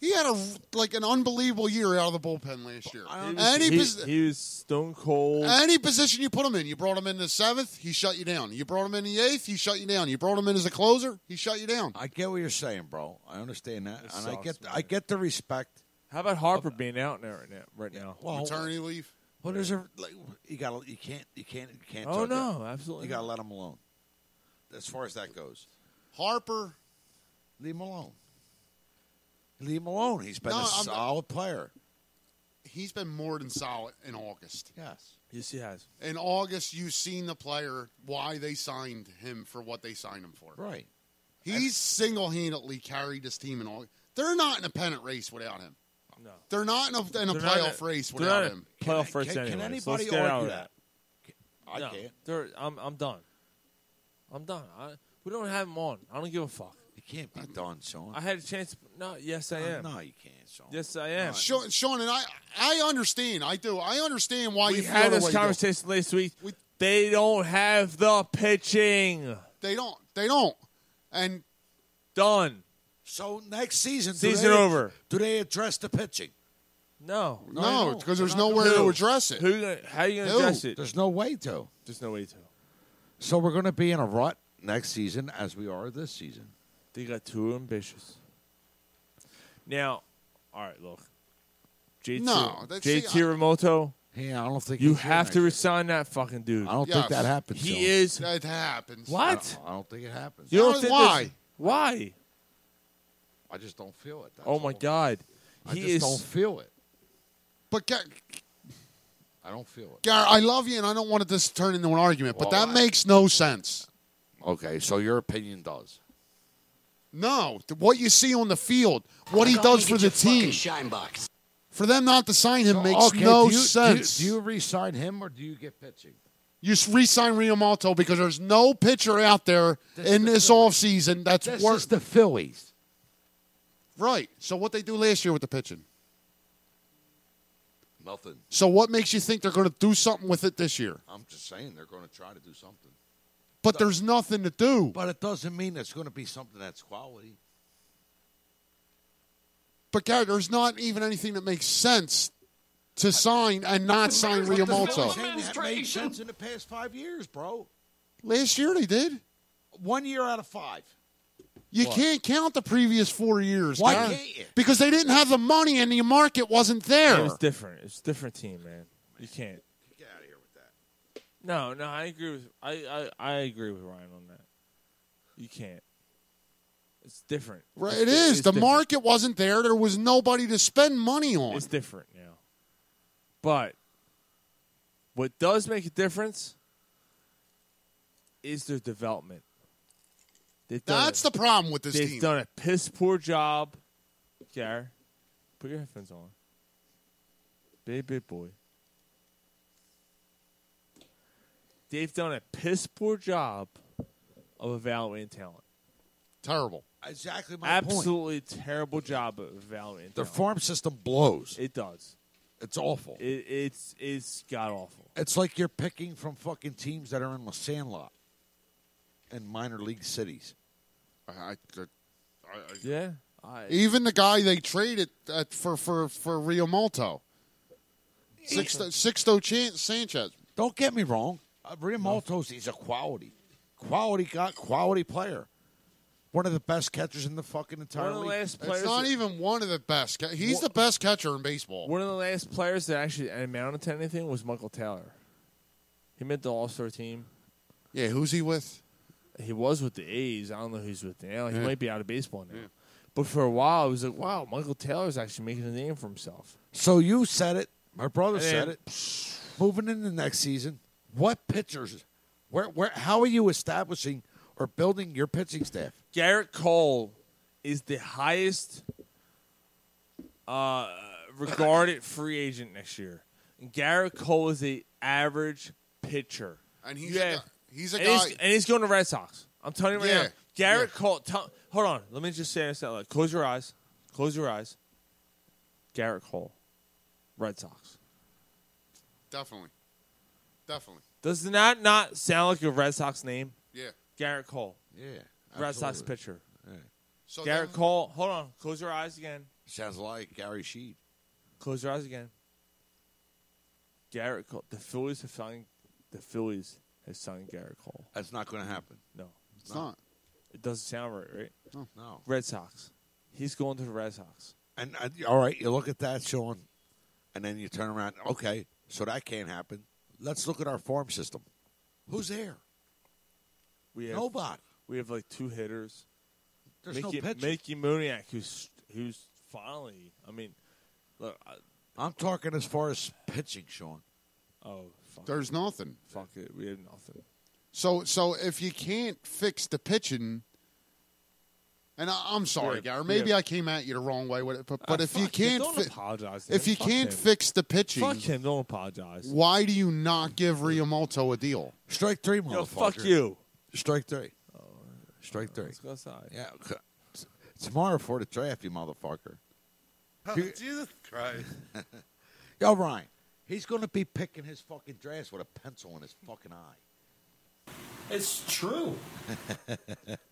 He had a like an unbelievable year out of the bullpen last year.
He was,
Any
he-
posi-
he was stone cold.
any position you put him in, you brought him in the seventh, he shut you down. You brought him in the eighth, he shut you down. You brought him in as a closer, he shut you down.
I get what you're saying, bro. I understand that,
It
and I
sucks,
get
man.
I get the respect.
How about Harper being out now? Right now, right now.
Maternity leave.
Well, there's a like, you got to you can't you can't you can't.
Oh,
judge
no,
it.
absolutely
You got to
not.
let him alone. As far as that goes,
Harper,
leave him alone. Leave him alone. He's been
No,
a
I'm-
solid player.
he's been more than solid in August.
Yes.
Yes, he has.
In August, you've seen the player why they signed him for what they signed him for.
Right.
He's single handedly carried this team in August. They're not in a pennant race without him.
No.
They're not in a, in a
They're not
playoff
a-
race
they're
without
not a
him.
Playoff race
can- can
anyway. so
anybody
let's get out
argue
of
that? I
no,
can't.
they're- I'm, I'm done. I'm done. I, we don't have him on. I don't give a fuck.
You can't be done, Sean.
I had a chance. No, yes, I
No,
am.
no, you can't, Sean.
Yes, I am.
Sean, Sean and I, I understand. I do. I understand why
we
you feel
had
the
this
way you do.
conversation last week. they don't have the pitching.
They don't. They don't. And
done.
So next season, do
Season
they-
over.
Do they address the pitching?
No,
No, because there's
They're not
nowhere
gonna-
to address it.
Who? How are you going to
No,
address it?
There's no way to.
There's no way to.
So we're going to be in a rut next season, as we are this season.
They got too ambitious. Now, all right, look. JT,
No, that's-
JT
see, I-
Remoto.
Yeah, I don't think
you
he's here
have
next
to
year.
resign that fucking dude. I
don't think Yes. that happens,
He
Joe.
is.
That happens.
What?
I don't think it happens.
You don't think
Why?
there's- Why?
I just don't feel it.
oh my God.
I
He
just
is.
don't feel it.
But Gar-
I don't feel it.
Gar, I love you, and I don't want this to turn into an argument. but
Well,
that
I-
makes no sense.
Okay, so your opinion does.
No, th- what you see on the field, what he does for the team, for them not to sign him makes
okay,
no
do you,
sense.
Do you, do you re-sign him or do you get pitching?
you s- re-sign Riomalto because there's no pitcher out there in this offseason that's
This
worth
is the Phillies.
Right. So what they do last year with the pitching.
Nothing.
So what makes you think they're going to do something with it this year?
I'm just saying they're going to try to do something.
But there's nothing to do.
But it doesn't mean it's going to be something that's quality.
But Gary, there's not even anything that makes sense to sign and not sign
Phillies
Riamoto.
haven't made sense in the past five years, bro.
Last year they did.
One year out of five.
You
What?
can't count the previous four years.
Why
Gary.
can't you?
Because they didn't have the money and the market wasn't
It
there.
was different. It's a different team, man. You can't.
Get out of here with that.
No, no, I agree with I, I, I agree with Ryan on that. You can't. It's different.
Right,
It's
it
di-
is.
it's
the
different.
market wasn't there. There was nobody to spend money on.
It's different now. But what does make a difference is their development. They've done
That's
a-
the problem with this
they've
team.
done a piss poor job. Gar, put your headphones on. Big big boy. They've done a piss poor job of evaluating talent.
Terrible.
Exactly my point.
Absolutely terrible job of evaluating.
Their
talent.
farm system blows.
It does.
It's awful.
It, it's it's god awful.
It's like you're picking from fucking teams that are in the sandlot and minor league cities.
I,
Yeah. I,
Even the guy they traded at, for for for Rio Malto, Sixto, Sixto Chan- Sanchez.
Don't get me wrong. Uh, Riamotos is a quality, quality guy, quality player. One of the best catchers in the fucking entire
One of the
league.
last
It's
players.
not
that-
even one of the best. ca- He's
Wha-
the best catcher in baseball.
one of the last players that actually amounted to anything was Michael Taylor. He made the All Star team.
Yeah, who's he with?
He was with the A's. I don't know who's with now. He
Yeah.
might be out of baseball now. But for a while, it was like, wow, Michael Taylor's actually making a name for himself.
So you said it. My brother
And
said
then-
it. Moving into next season, what pitchers? Where? Where? How are you establishing or building your pitching staff?
Garrett Cole is the highest uh, regarded free agent next year. And Garrett Cole is the average pitcher.
And he's
You
a
have-
guy- he's a
and he's-
guy-
and he's going to Red Sox. I'm telling you right
Yeah,
now. Garrett Cole. Tell, hold on. Let me just say this out loud. Close your eyes. Close your eyes. Garrett Cole, Red Sox.
Definitely, definitely.
Does that not sound like a Red Sox name?
Yeah,
Garrett Cole.
Yeah,
Red Sox
absolutely.
pitcher.
Yeah.
So
Garrett
then-
Cole. Hold on. Close your eyes again.
Sounds like uh, Gary Sheed.
Close your eyes again. Garrett Cole. The Phillies have signed. The Phillies have signed Garrett Cole.
That's not going to happen.
No,
It's not.
It doesn't sound right, right?
No.
No.
Red Sox. He's going to the Red Sox.
And uh, all right, you look at that, Sean, and then you turn around. Okay, so that can't happen. Let's look at our farm system. Who's there?
We have,
Nobody.
We have like two hitters.
There's no
Mickey,
pitching.
Mickey Moniak, who's who's finally. I mean, look. I,
I'm talking as far as pitching, Sean.
oh, fuck
There's
it.
nothing.
Fuck it. We have nothing.
So so if you can't fix the pitching, and I, I'm sorry,
Yeah,
Gary, maybe
yeah.
I came at you the wrong way with it, but, but
Ah,
if you
fuck it.
can't
don't
fi-
apologize. to
if
him.
you
Fuck
can't
him.
fix the pitching,
fuck him. Don't apologize.
why do you not give Riamoto a deal?
Strike three, motherfucker.
Yo, fuck you.
Strike three. Strike three.
Let's go outside.
Yeah. c- t- Tomorrow for the draft, you motherfucker.
Oh, Jesus Christ.
Yo, Ryan, he's going to be picking his fucking drafts with a pencil in his fucking eye.
It's true.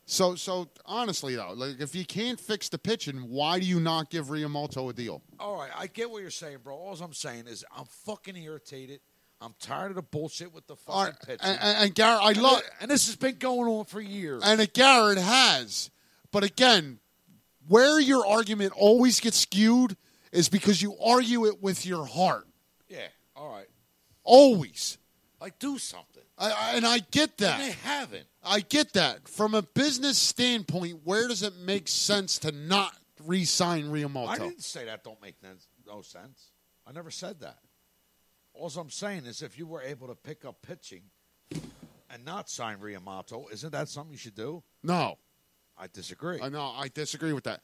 So so honestly though, like if you can't fix the pitching, why do you not give Riamoto a deal?
All right, I get what you're saying, bro. All I'm saying is I'm fucking irritated. I'm tired of the bullshit with the fucking
All right,
pitching.
and, and, and Garrett, I
And
love,
it- and this has been going on for years.
and it, Garrett has, but again, where your argument always gets skewed is because you argue it with your heart,
yeah, all right.
always.
Like, do something.
I, I, and I get that.
And they haven't.
I get that. From a business standpoint, where does it make sense to not re-sign Riamoto?
I didn't say that don't make nen- no sense. I never said that. All I'm saying is if you were able to pick up pitching and not sign Riamato, isn't that something you should do?
no,
I disagree.
I know. I disagree with that.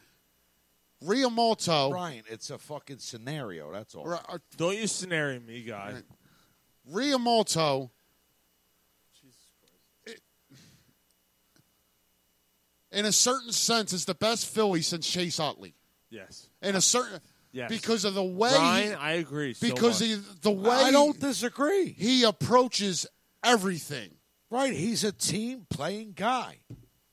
Riamoto,
Brian, it's a fucking scenario, that's all.
Ri- uh,
Don't you scenario me, guy.
Riamoto. it- In a certain sense, is the best Philly since Chase Utley.
Yes.
In a certain,
Yes.
because of the way he-
Ryan, I agree. so
because
much.
he, the way
I don't disagree.
he approaches everything.
Right, he's a team playing guy.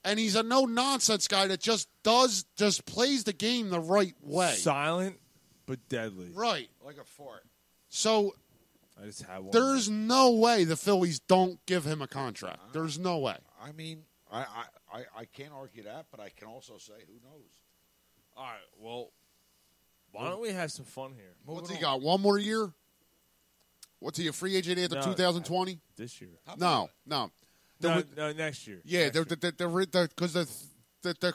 and he's a no nonsense guy that just does just plays the game the right way.
silent but deadly.
right.
Like a fart.
So
I just have one.
there's no way the Phillies don't give him a contract. There's no way.
I mean, I, I, I, I can't argue that, but I can also say who knows.
All right. Well, why don't we have some fun here
What's
Moving
he
on.
got? One more year? What's he a free agent at the
No,
2020?
this year?
How about
No,
it?
no. The-
No, no, next year.
yeah,
Next
the
year.
the the the because the the, the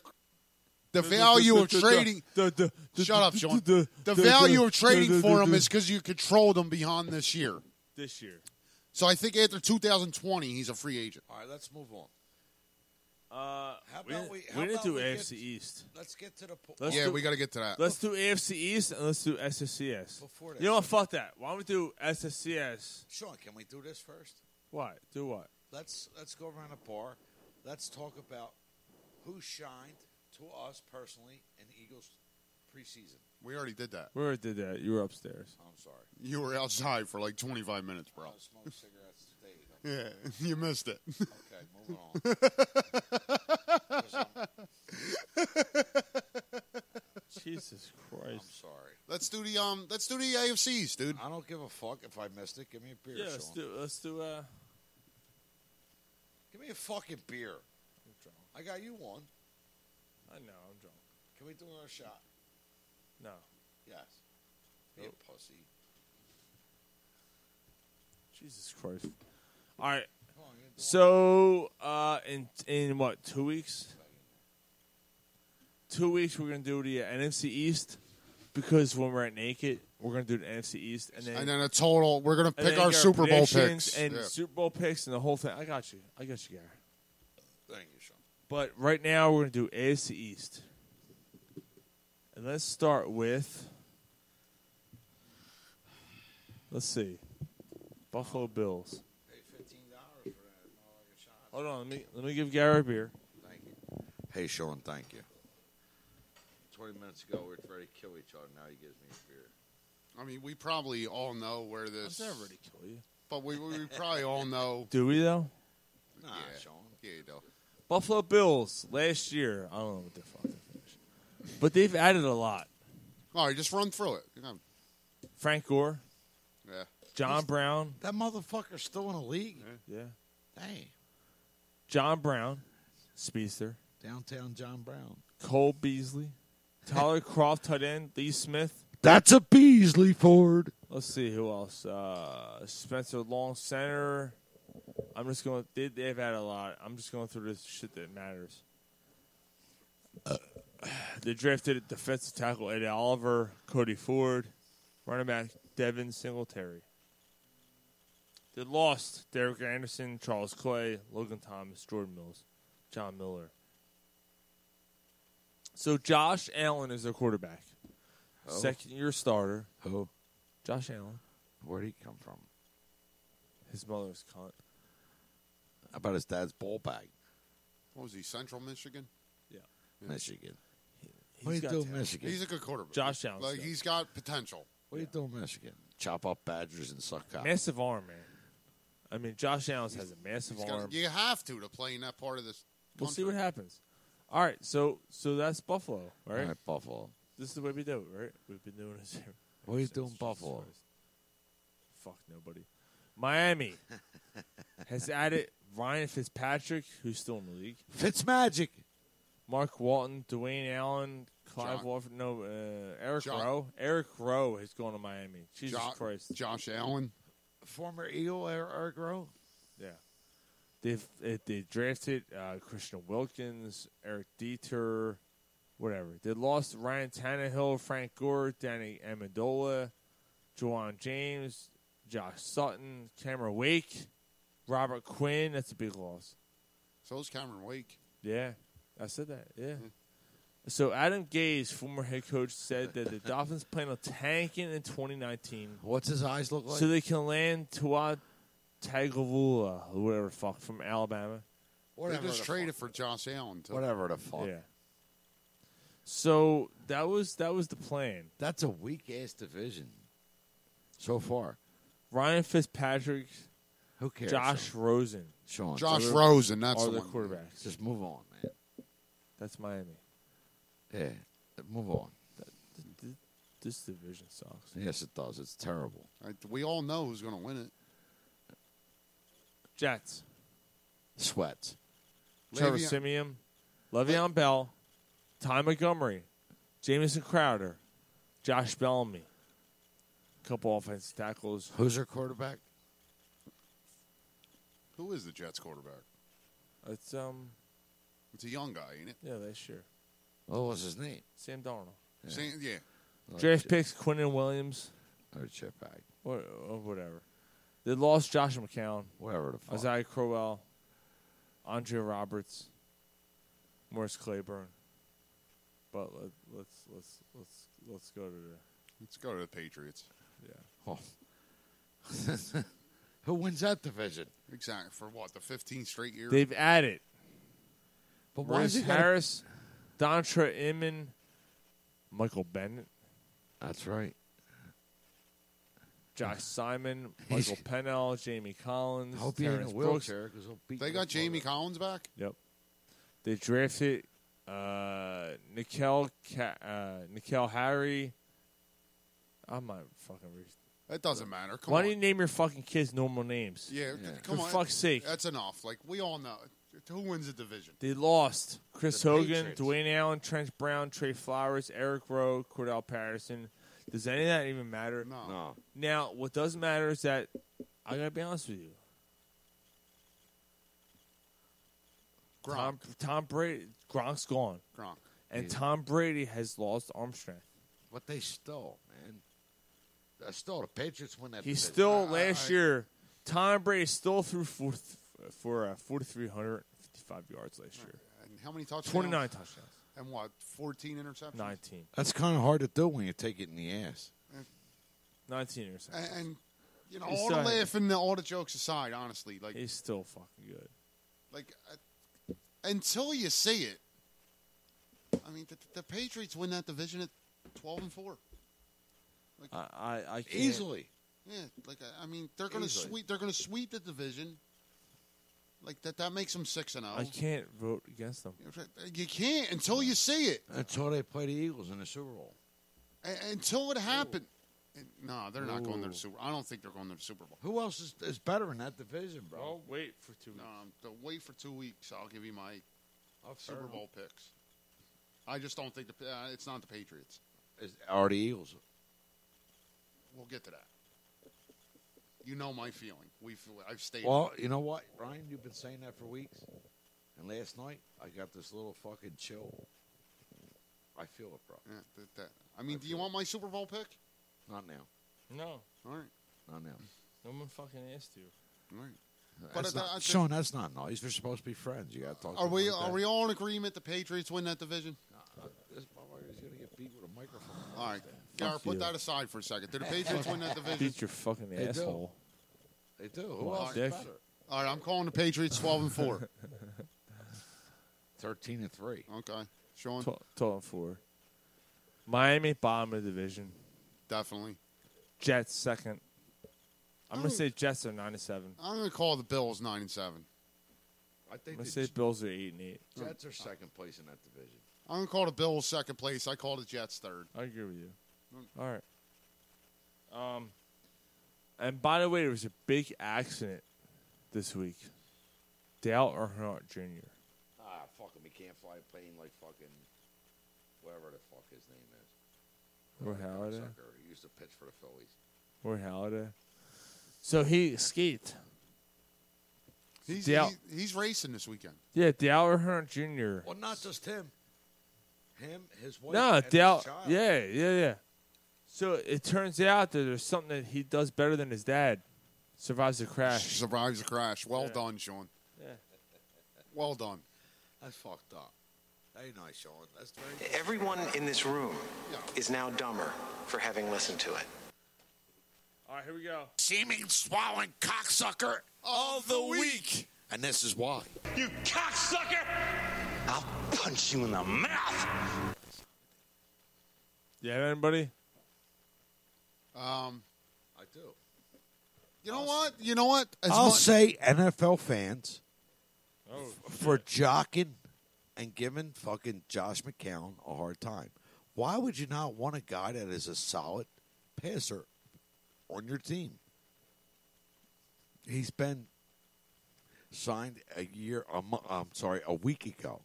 the value of trading.
The, the, the-
Shut up,
the-
Sean.
the- the-
The value
the-
of trading
the-
for
the-
him
the-
is because you controlled him beyond this year.
this year.
So I think after 2020, he's a free agent.
All right, let's move on.
Uh,
How
we
about we-
didn't-
how
we didn't
about
do
we get-
AFC East.
Let's get to the point.
Let's
yeah,
do-
we got to get to that.
Let's do AFC East and let's do SSCS.
Before that,
you know what? Fuck that. Why don't we do SSCS?
Sean, can we do this first?
What? Do what?
Let's let's go around the bar. Let's talk about who shined to us personally in the Eagles preseason.
We already did that.
We already did that. You were upstairs.
I'm sorry.
You were outside for like 25 minutes,
I
bro.
don't
*laughs*
smoke cigarettes today. either.
Yeah, *laughs* you missed it.
Okay, moving on.
*laughs*
'Cause I'm,
Jesus
I'm
Christ.
sorry.
let's do the um, let's do the AFCs, dude.
I don't give a fuck if I missed it. Give me a beer,
Yeah, let's
Sean.
do. Let's do. Uh,
Give me a fucking beer.
I'm drunk.
I got you one.
I know. I'm drunk.
Can we do another shot?
No.
Yes. Be
Oh.
a pussy.
Jesus Christ. All right.
Come on, you
So uh, in in what two weeks? Two weeks we're gonna do the uh, NFC East because when we're at naked we're gonna do the NFC East and then
And then a total. We're gonna
and
pick
then
our
get
Super Bowl
predictions
picks.
and
Yeah.
Super Bowl picks and the whole thing. I got you. I got you, Gary.
Thank you, Sean.
But right now we're gonna do AFC East. And let's start with let's see. Buffalo Bills.
Pay fifteen dollars for that motherfucking shot.
Hold on, let me let me give Gary a beer.
Thank you. Hey, Sean, thank you. 20 minutes ago, we were ready to kill each other. Now he gives me a beer.
I mean, we probably all know where
I'm
this.
never gonna kill you.
But we, we we probably all know.
Do we though?
Nah,
Yeah.
Sean.
Yeah, you know.
Buffalo Bills last year. I don't know what their fuck their finish, but they've added a lot.
All right, just run through it. You know,
Frank Gore,
yeah.
John Brown,
That motherfucker's still in the league.
Yeah.
Hey,
John Brown, speedster,
downtown John Brown.
Cole Beasley, *laughs* Tyler Croft, tight end, Lee Smith.
That's a Beasley Ford.
Let's see who else. Uh, Spencer Long, center. I'm just going. They, they've had a lot. I'm just going through the shit that matters. Uh, they drafted a defensive tackle Eddie Oliver, Cody Ford, running back Devin Singletary. They lost Derek Anderson, Charles Clay, Logan Thomas, Jordan Mills, John Miller. So Josh Allen is their quarterback,
Who?
second year starter.
Who?
Josh Allen.
Where'd he come from?
His mother's cunt.
How about his dad's ball bag?
What was he? Central Michigan.
Yeah.
Michigan.
He's
What do you
got
do,
talent.
Michigan?
He's a good quarterback.
Josh Allen's
Like
good.
he's got potential.
What do you do, Michigan? Chop up Badgers and suck cock.
Massive arm, man. I mean, Josh Allen has a massive
He's got-
arm.
you have to to play in that part of this.
We'll see what happens. All right, so so that's Buffalo, right?
All right, Buffalo.
This is the way we do it, right? We've been doing this. here.
What are you
since
doing,
Jesus
Buffalo?
Christ. Fuck nobody.
*laughs*
Miami has added Ryan Fitzpatrick, who's still in the league.
Fitzmagic.
Mark Walton, Dwayne Allen, Clive
John.
Walford, no, uh, Eric
John.
Rowe. Eric Rowe has gone to Miami. Jesus
Jo-
Christ.
Josh Allen.
Former Eagle Eric Eric Rowe.
Yeah. They've they, they drafted uh, Christian Wilkins, Eric Dieter, whatever. They lost Ryan Tannehill, Frank Gore, Danny Amendola, Juwan James, Josh Sutton, Cameron Wake, Robert Quinn. That's a big loss.
So is Cameron Wake.
Yeah, I said that. Yeah. So Adam Gaze, former head coach, said that the Dolphins plan on tanking in 2019
What's his eyes look like?
so they can land Tua Tagovailoa, or whatever the fuck, from Alabama.
they
Whatever
just
the
traded for Josh Allen. Too.
Whatever the fuck.
Yeah. So that was that was the plan.
That's a weak ass division so far.
Ryan Fitzpatrick,
Who cares?
Josh Rosen,
Sean.
Josh
Are the-
Rosen. That's
are the
the one.
quarterbacks.
Just move on, man.
That's Miami.
Yeah, move on.
Th- th- This division sucks.
Yes, it does. It's terrible.
All right, We all know who's going to win it.
Jets,
Sweats.
Trevor
Le'Veon-
Simeon, Le'Veon Bell, Ty Montgomery, Jamison Crowder, Josh Bellamy, couple offensive tackles.
Who's their quarterback?
Who is the Jets quarterback?
It's um
It's a young guy, ain't it?
yeah this year
What was his name?
Sam Darnold.
Yeah. yeah. Oh,
Draft picks Quinton Williams
Or Oh, Chip Bag.
or, or whatever. They lost Josh McCown.
Whatever the fuck.
Isaiah Crowell, Andre Roberts, Morris Claiborne. But let, let's let's let's let's go to the
Let's go to the Patriots.
yeah.
Oh. *laughs* Who wins that division?
Exactly. For what? The 15th straight year?
They've added
But why
Maurice
is he gotta-
Harris, Dontra Inman, Michael Bennett,
That's right. *sighs*
Josh Simon, Michael Pennell, Jamie Collins,
I hope he ain't in
Terrence
a
Brooks.
wheelchair because he'll beat.
they
the
got
fuck
Jamie
out.
Collins back?
Yep. They drafted uh, Nikhil Ca- uh, Nikhil Harry. I'm not fucking. Re-
That doesn't matter. Come
Why
on.
do you name your fucking kids normal names?
yeah,
Yeah.
come
For
on.
fuck's sake.
That's enough. Like, we all know. Who wins the division?
They lost Chris
The
Hogan,
Patriots.
Dwayne Allen, Trent Brown, Trey Flowers, Eric Rowe, Cordell Patterson. Does any of that even matter?
No.
No.
Now, what does matter is that I gotta be honest with you.
Gronk.
Tom, Tom Brady, Gronk's gone,
Gronk.
and
Yeah.
Tom Brady has lost arm strength.
But they still, man. That's Still, the Patriots win that.
He's
division.
still
I-
last
I-
year. Tom Brady still threw for for uh, forty three hundred fifty five yards last year.
And how many touchdowns?
Twenty nine touchdowns,
And what? 14 interceptions?
nineteen,
That's kind of hard to do when you take it in the ass.
19 or something.
And, and you know,
He's
all the
still-
laughing, all the jokes aside, honestly, like,
He's still fucking good.
like uh, until you see it, I mean, the, the Patriots win that division at 12 and 4.
I I, I can't.
Easily.
Yeah, like uh, I- I mean, they're going to
Easily.
sweep. They're going to sweep the division, Like that, that makes them six and oh.
I
zero.
can't vote against them.
You can't until you see it.
Until they play the Eagles in the Super Bowl.
A- until it happened. No, they're not going to the
Ooh.
Super. I don't think they're going to the Super Bowl.
Who else is, is better in that division, bro?
I'll
wait for two.
Weeks. Um, they'll wait for two weeks. I'll give you my Super
enough.
Bowl picks. I just don't think the, uh, it's not the Patriots.
Are the Eagles?
We'll get to that. You know my feeling. We've I've stated.
Well,
it.
you know what, Ryan? You've been saying that for weeks. And last night, I got this little fucking chill. I feel it, bro.
Yeah, that, that- I mean, do you want my Super Bowl pick?
Not now.
No,
All right.
Not now.
no one fucking asked you.
Right. But
That's
I-
not-
I-
Sean, that's not nice. We're supposed to be friends. You got to talk.
Are
to
we
him like
are
that.
we all in agreement? The Patriots win that division.
This motherfucker's gonna get beat with a microphone.
All right, Gar,
you.
put that aside for a second. *laughs* Did the Patriots win that division?
Beat your fucking
They do.
asshole.
They do. Who
Well,
else is
Dick.
better?
All right, I'm calling the Patriots twelve and *laughs* four.
Thirteen and three.
Okay, Sean,
Tw- Twelve and four. Miami bottom of the division.
definitely.
Jets second. I'm gonna
Oh.
say Jets are nine and seven.
I'm going to call the Bills nine and seven.
I
I'm
think
gonna
the
say
J-
Bills are eight and eight.
Jets
Hmm.
are second place in that division.
I'm going to call the Bills second place. I call the Jets third.
I agree with you. All right. Um, and by the way, there was a big accident this week. Dale Earnhardt Jr.
Ah, fuck him. He can't fly a plane like fucking whatever the fuck his name is.
Or Halliday.
Sucker. He used to pitch for the Phillies.
Or Halliday. So he escaped.
He's
Dale,
he- he's racing this weekend.
yeah, Dale Earnhardt Jr.
Well, not just him. Him, his wife,
No,
and his
Dale.
child.
Yeah, yeah, yeah. So it turns out that there's something that he does better than his dad. Survives the crash.
Survives the crash. Well
Yeah.
done, Sean.
Yeah.
Well done.
That's fucked up. That ain't nice, Sean. That's very.
Everyone in this room is now dumber for having listened to it.
All right, here we go.
Seeming swallowing cocksucker of the week. And this is why.
You cocksucker!
I'll punch you in the mouth.
You have anybody?
Um,
I do.
You know what? You know what? As
I'll
mu-
say NFL fans
Oh,
for jocking and giving fucking Josh McCown a hard time. Why would you not want a guy that is a solid passer on your team? He's been signed a year, a mo- I'm sorry, a week ago,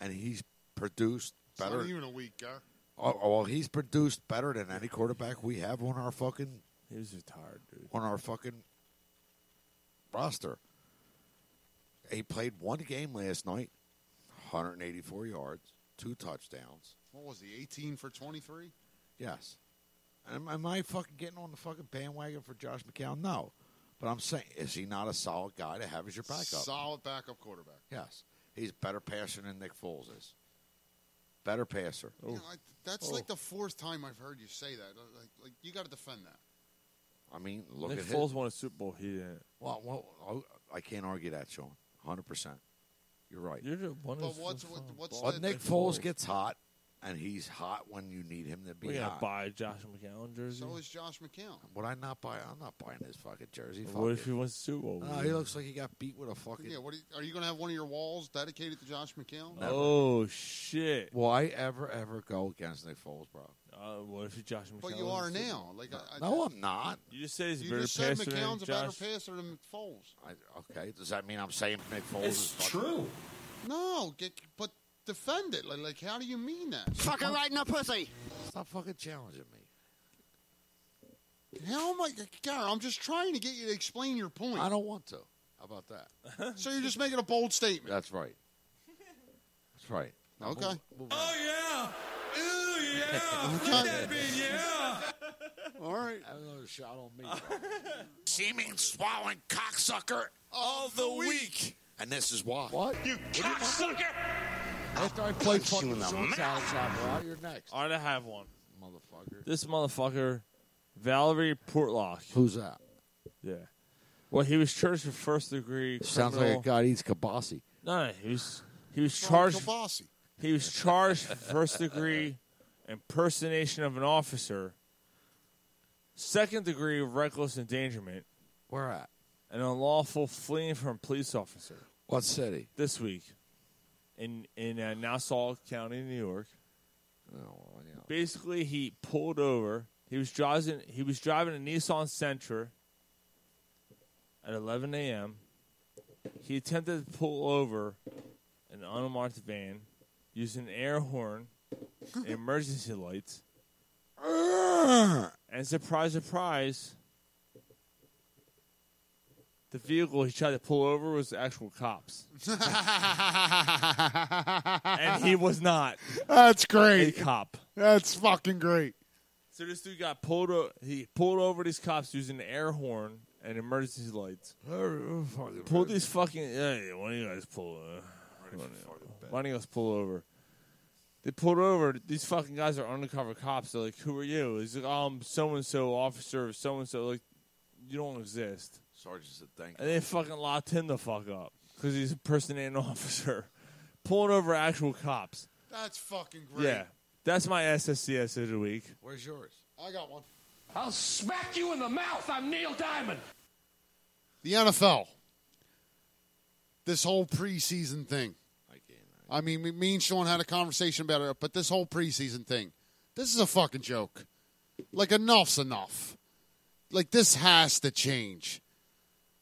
and he's produced
it's
better.
Not even a week, Gar.
Oh, oh, well, he's produced better than any quarterback we have on our fucking
he was retired, dude.
on our fucking roster. He played one game last night, 184 yards, two touchdowns.
What was he? 18 for 23.
Yes. Am, am I fucking getting on the fucking bandwagon for Josh McCown? No. But I'm saying, is he not a solid guy to have as your backup?
Solid backup quarterback.
yes. He's a better passer than Nick Foles is. Better passer.
You know, I, that's like the fourth time I've heard you say that. Like, like you got to defend that.
I mean, look
Nick
at
Foles
his.
won a Super Bowl. He didn't.
Well, well, I I can't argue that, Sean. 100%. You're right.
You're the one
But
who's
what's
so
what,
fucking
what's
Well,
the,
Nick
the-
Foles gets hot, and he's hot when you need him to be
We gotta
hot.
buy a Josh McCown jersey.
So is Josh McCown.
Would I not buy? I'm not buying his fucking jersey.
But
Fuck
what
it.
if he wins the Super Bowl?
No, he looks like he got beat with a fucking.
Yeah, what are you, are you going to have one of your walls dedicated to Josh McCown?
Never.
Oh shit!
Will I ever ever go against Nick Foles, bro?
Uh, what if he Josh McCown?
But you
wins
are
the Super
now.
Bowl?
Like I, I,
No, I'm not.
You just said he's a
You
better
just said
passer than
McCown's a better
Josh.
passer than Foles.
I, okay, does that mean I'm saying Nick Foles is fucking-
No, get, but defend it. Like, like, how do you mean that?
Fucker right in the pussy!
Stop fucking challenging me.
How am I, Gar? I'm just trying to get you to explain your point.
I don't want to. How about that?
So you're just making a bold
*laughs*
statement.
That's right. That's right. Now
Okay.
move- move
Oh,
on.
*laughs*
All right.
Have another shot on me. Seeming swallowing cocksucker of the week. And this is why. What? You cocksucker! After I play fucking songs out out, you're next.
All right, I have one.
Motherfucker.
This motherfucker, Valerie Portlock.
Who's that?
Yeah. Well, he was charged with first degree.
Sounds like a
criminal-
guy that eats kibasi.
No, no, he was he was
Charge
charged.
Kabasi. *laughs*
He was charged for first degree impersonation of an officer, second degree reckless endangerment,
Where at?
an unlawful fleeing from a police officer.
What city?
This week, in in uh, Nassau County, New York.
Oh, *clears throat*
Basically, he pulled over. He was driving. He was driving a Nissan Sentra at 11 a.m. He attempted to pull over an unmarked van using an air
*laughs*
horn, and emergency lights, and surprise, surprise, the vehicle he tried to pull over was actual cops, and he was not.
*laughs* That's great.
A cop.
That's fucking great.
So this dude got pulled. O- he pulled over these cops using an air horn and emergency lights. Pull these fucking. Hey, why don't you guys pull? Uh, why don't you- why don't you guys pull over? They pulled over. These fucking guys are undercover cops. They're like, "Who are you?" He's like, "Oh, "I'm so and so officer of so and so." Like, you don't exist.
Sergeant said thank
And they fucking locked him the fuck up because he's impersonating an *laughs* officer, pulling over actual cops.
That's fucking great.
Yeah, that's my SSCS of the week.
Where's yours?
I got one.
I'll smack you in the mouth. I'm Neil Diamond.
The NFL. This whole preseason thing. I mean, me- me and Sean had a conversation about it, but this whole preseason thing. This is a fucking joke. Like enough's enough. Like this has to change.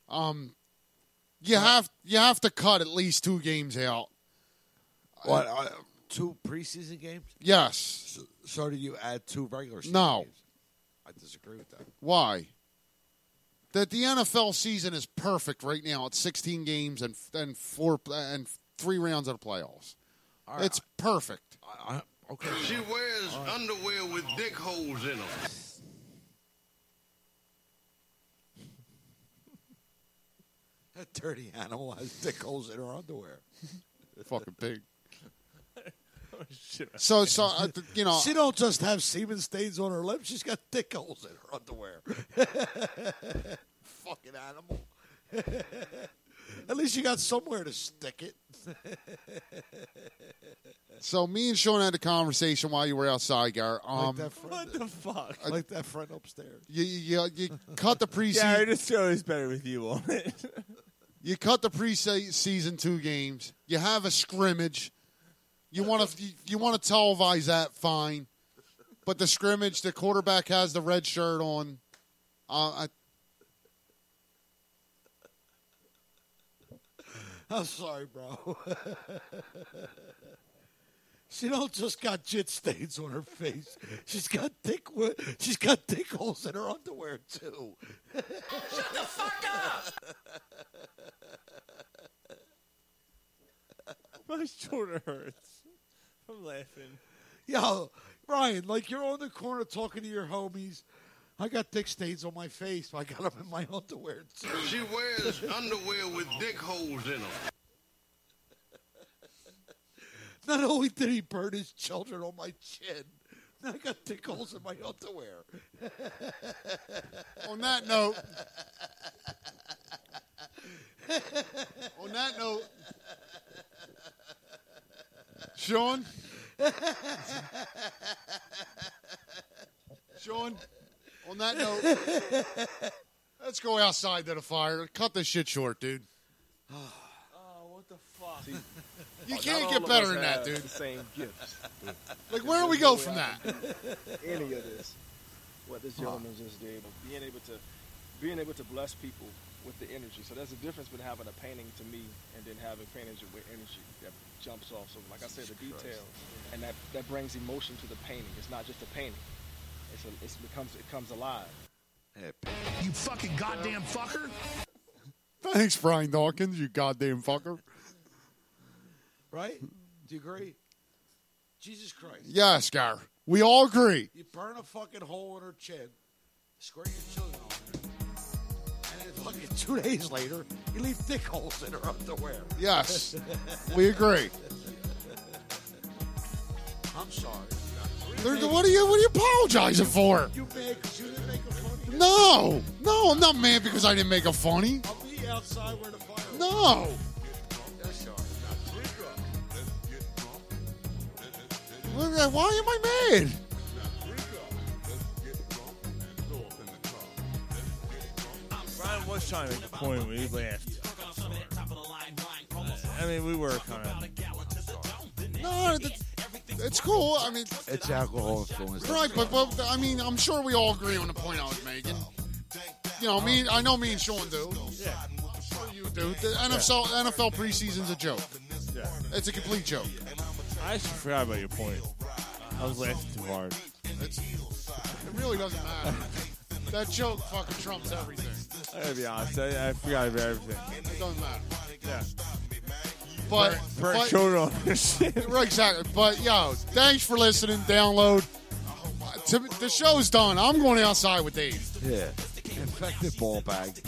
Um, you have you have to cut at least two games out.
What? Uh, two preseason games?
Yes.
So, so do you add two regular season
No.
games? I disagree with that.
Why? That the NFL season is perfect right now. It's 16 games and and four and three rounds of the playoffs.
right.
It's perfect.
okay. *laughs*
She wears underwear with dick holes in them.
That dirty animal has *laughs* dick holes in her underwear.
Fucking pig. So so uh, th- you know
she don't just have semen stains on her lips. She's got dick holes in her underwear. *laughs* Fucking animal. *laughs* At least you got somewhere to stick it.
so me and Sean had a conversation while you were outside, Gar.
like
Um,
that friend,
what the fuck?
Like that friend upstairs.
you, you, you you cut the preseason.
Yeah, I just always better with you on it.
You cut the preseason two games. You have a scrimmage. You want to you want to televise that fine, but the scrimmage, the quarterback has the red shirt on. Uh, I,
*laughs* I'm sorry, bro. *laughs* she don't just got jit stains on her face. She's got dick. wi- She's got dick holes in her underwear too. *laughs*
Shut the fuck up!
My shoulder hurts. I'm laughing.
Yo, Ryan, like you're on the corner talking to your homies. I got dick stains on my face. I got them in my *laughs* underwear too.
*laughs*
She wears underwear with dick holes in them.
Not only did he burn his children on my chin, now I got dick holes in my underwear.
on that note, on that note, Sean, Sean, on that note, let's go outside to the fire. Cut this shit short, dude. You
Oh, Not
can't
all
get
of
better
us
than that,
have
dude.
The same gifts.
Like, where do we go from that?
Any of this, what this gentleman just did, being able to, being able to bless people with the energy. So there's a difference between having a painting to me and then having paintings with energy that jumps off. So like I said, the
Jesus Christ.
detail and that that brings emotion to the painting. It's not just a painting. It's a, it's becomes it comes alive.
You fucking goddamn fucker!
Thanks, Brian Dawkins, you goddamn fucker.
Right? Do you agree? Jesus Christ.
Yes, Gar. We all agree.
You burn a fucking hole in her chin, squirt your children on her, and then fucking two days later, you leave dick holes in her underwear.
Yes, we agree.
I'm sorry.
There- What are you? What are you apologizing for?
You mad 'cause you didn't make a funny?
No, no, I'm not mad because I didn't make a funny.
I'll be outside where the fire is.
No.
That's all right.
uh, Why why am I mad?
Brian, what's trying to make a point. We left. Uh, I mean, we were kind of.
No, that's, it's cool. I mean,
It's alcohol influence.
right, but, but I mean, I'm sure we all agree on the point I was making. You know, me. I know me and Sean do.
Yeah.
You do. The NFL NFL preseason's a joke.
Yeah.
It's a complete joke.
I actually forgot about your point. I was laughing too hard.
It's, it really doesn't matter. that joke fucking trumps everything.
I gotta be honest. I, I forgot about everything.
It doesn't matter.
Yeah.
But,
Bert
but-
Schoen on this shit.
*laughs* Right, exactly. But yo, thanks for listening. Download. Oh, To, the show's done. I'm going outside with Dave.
Yeah. Infected ball bag.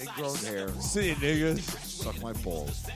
It grown hair.
See you, niggas.
Suck my balls.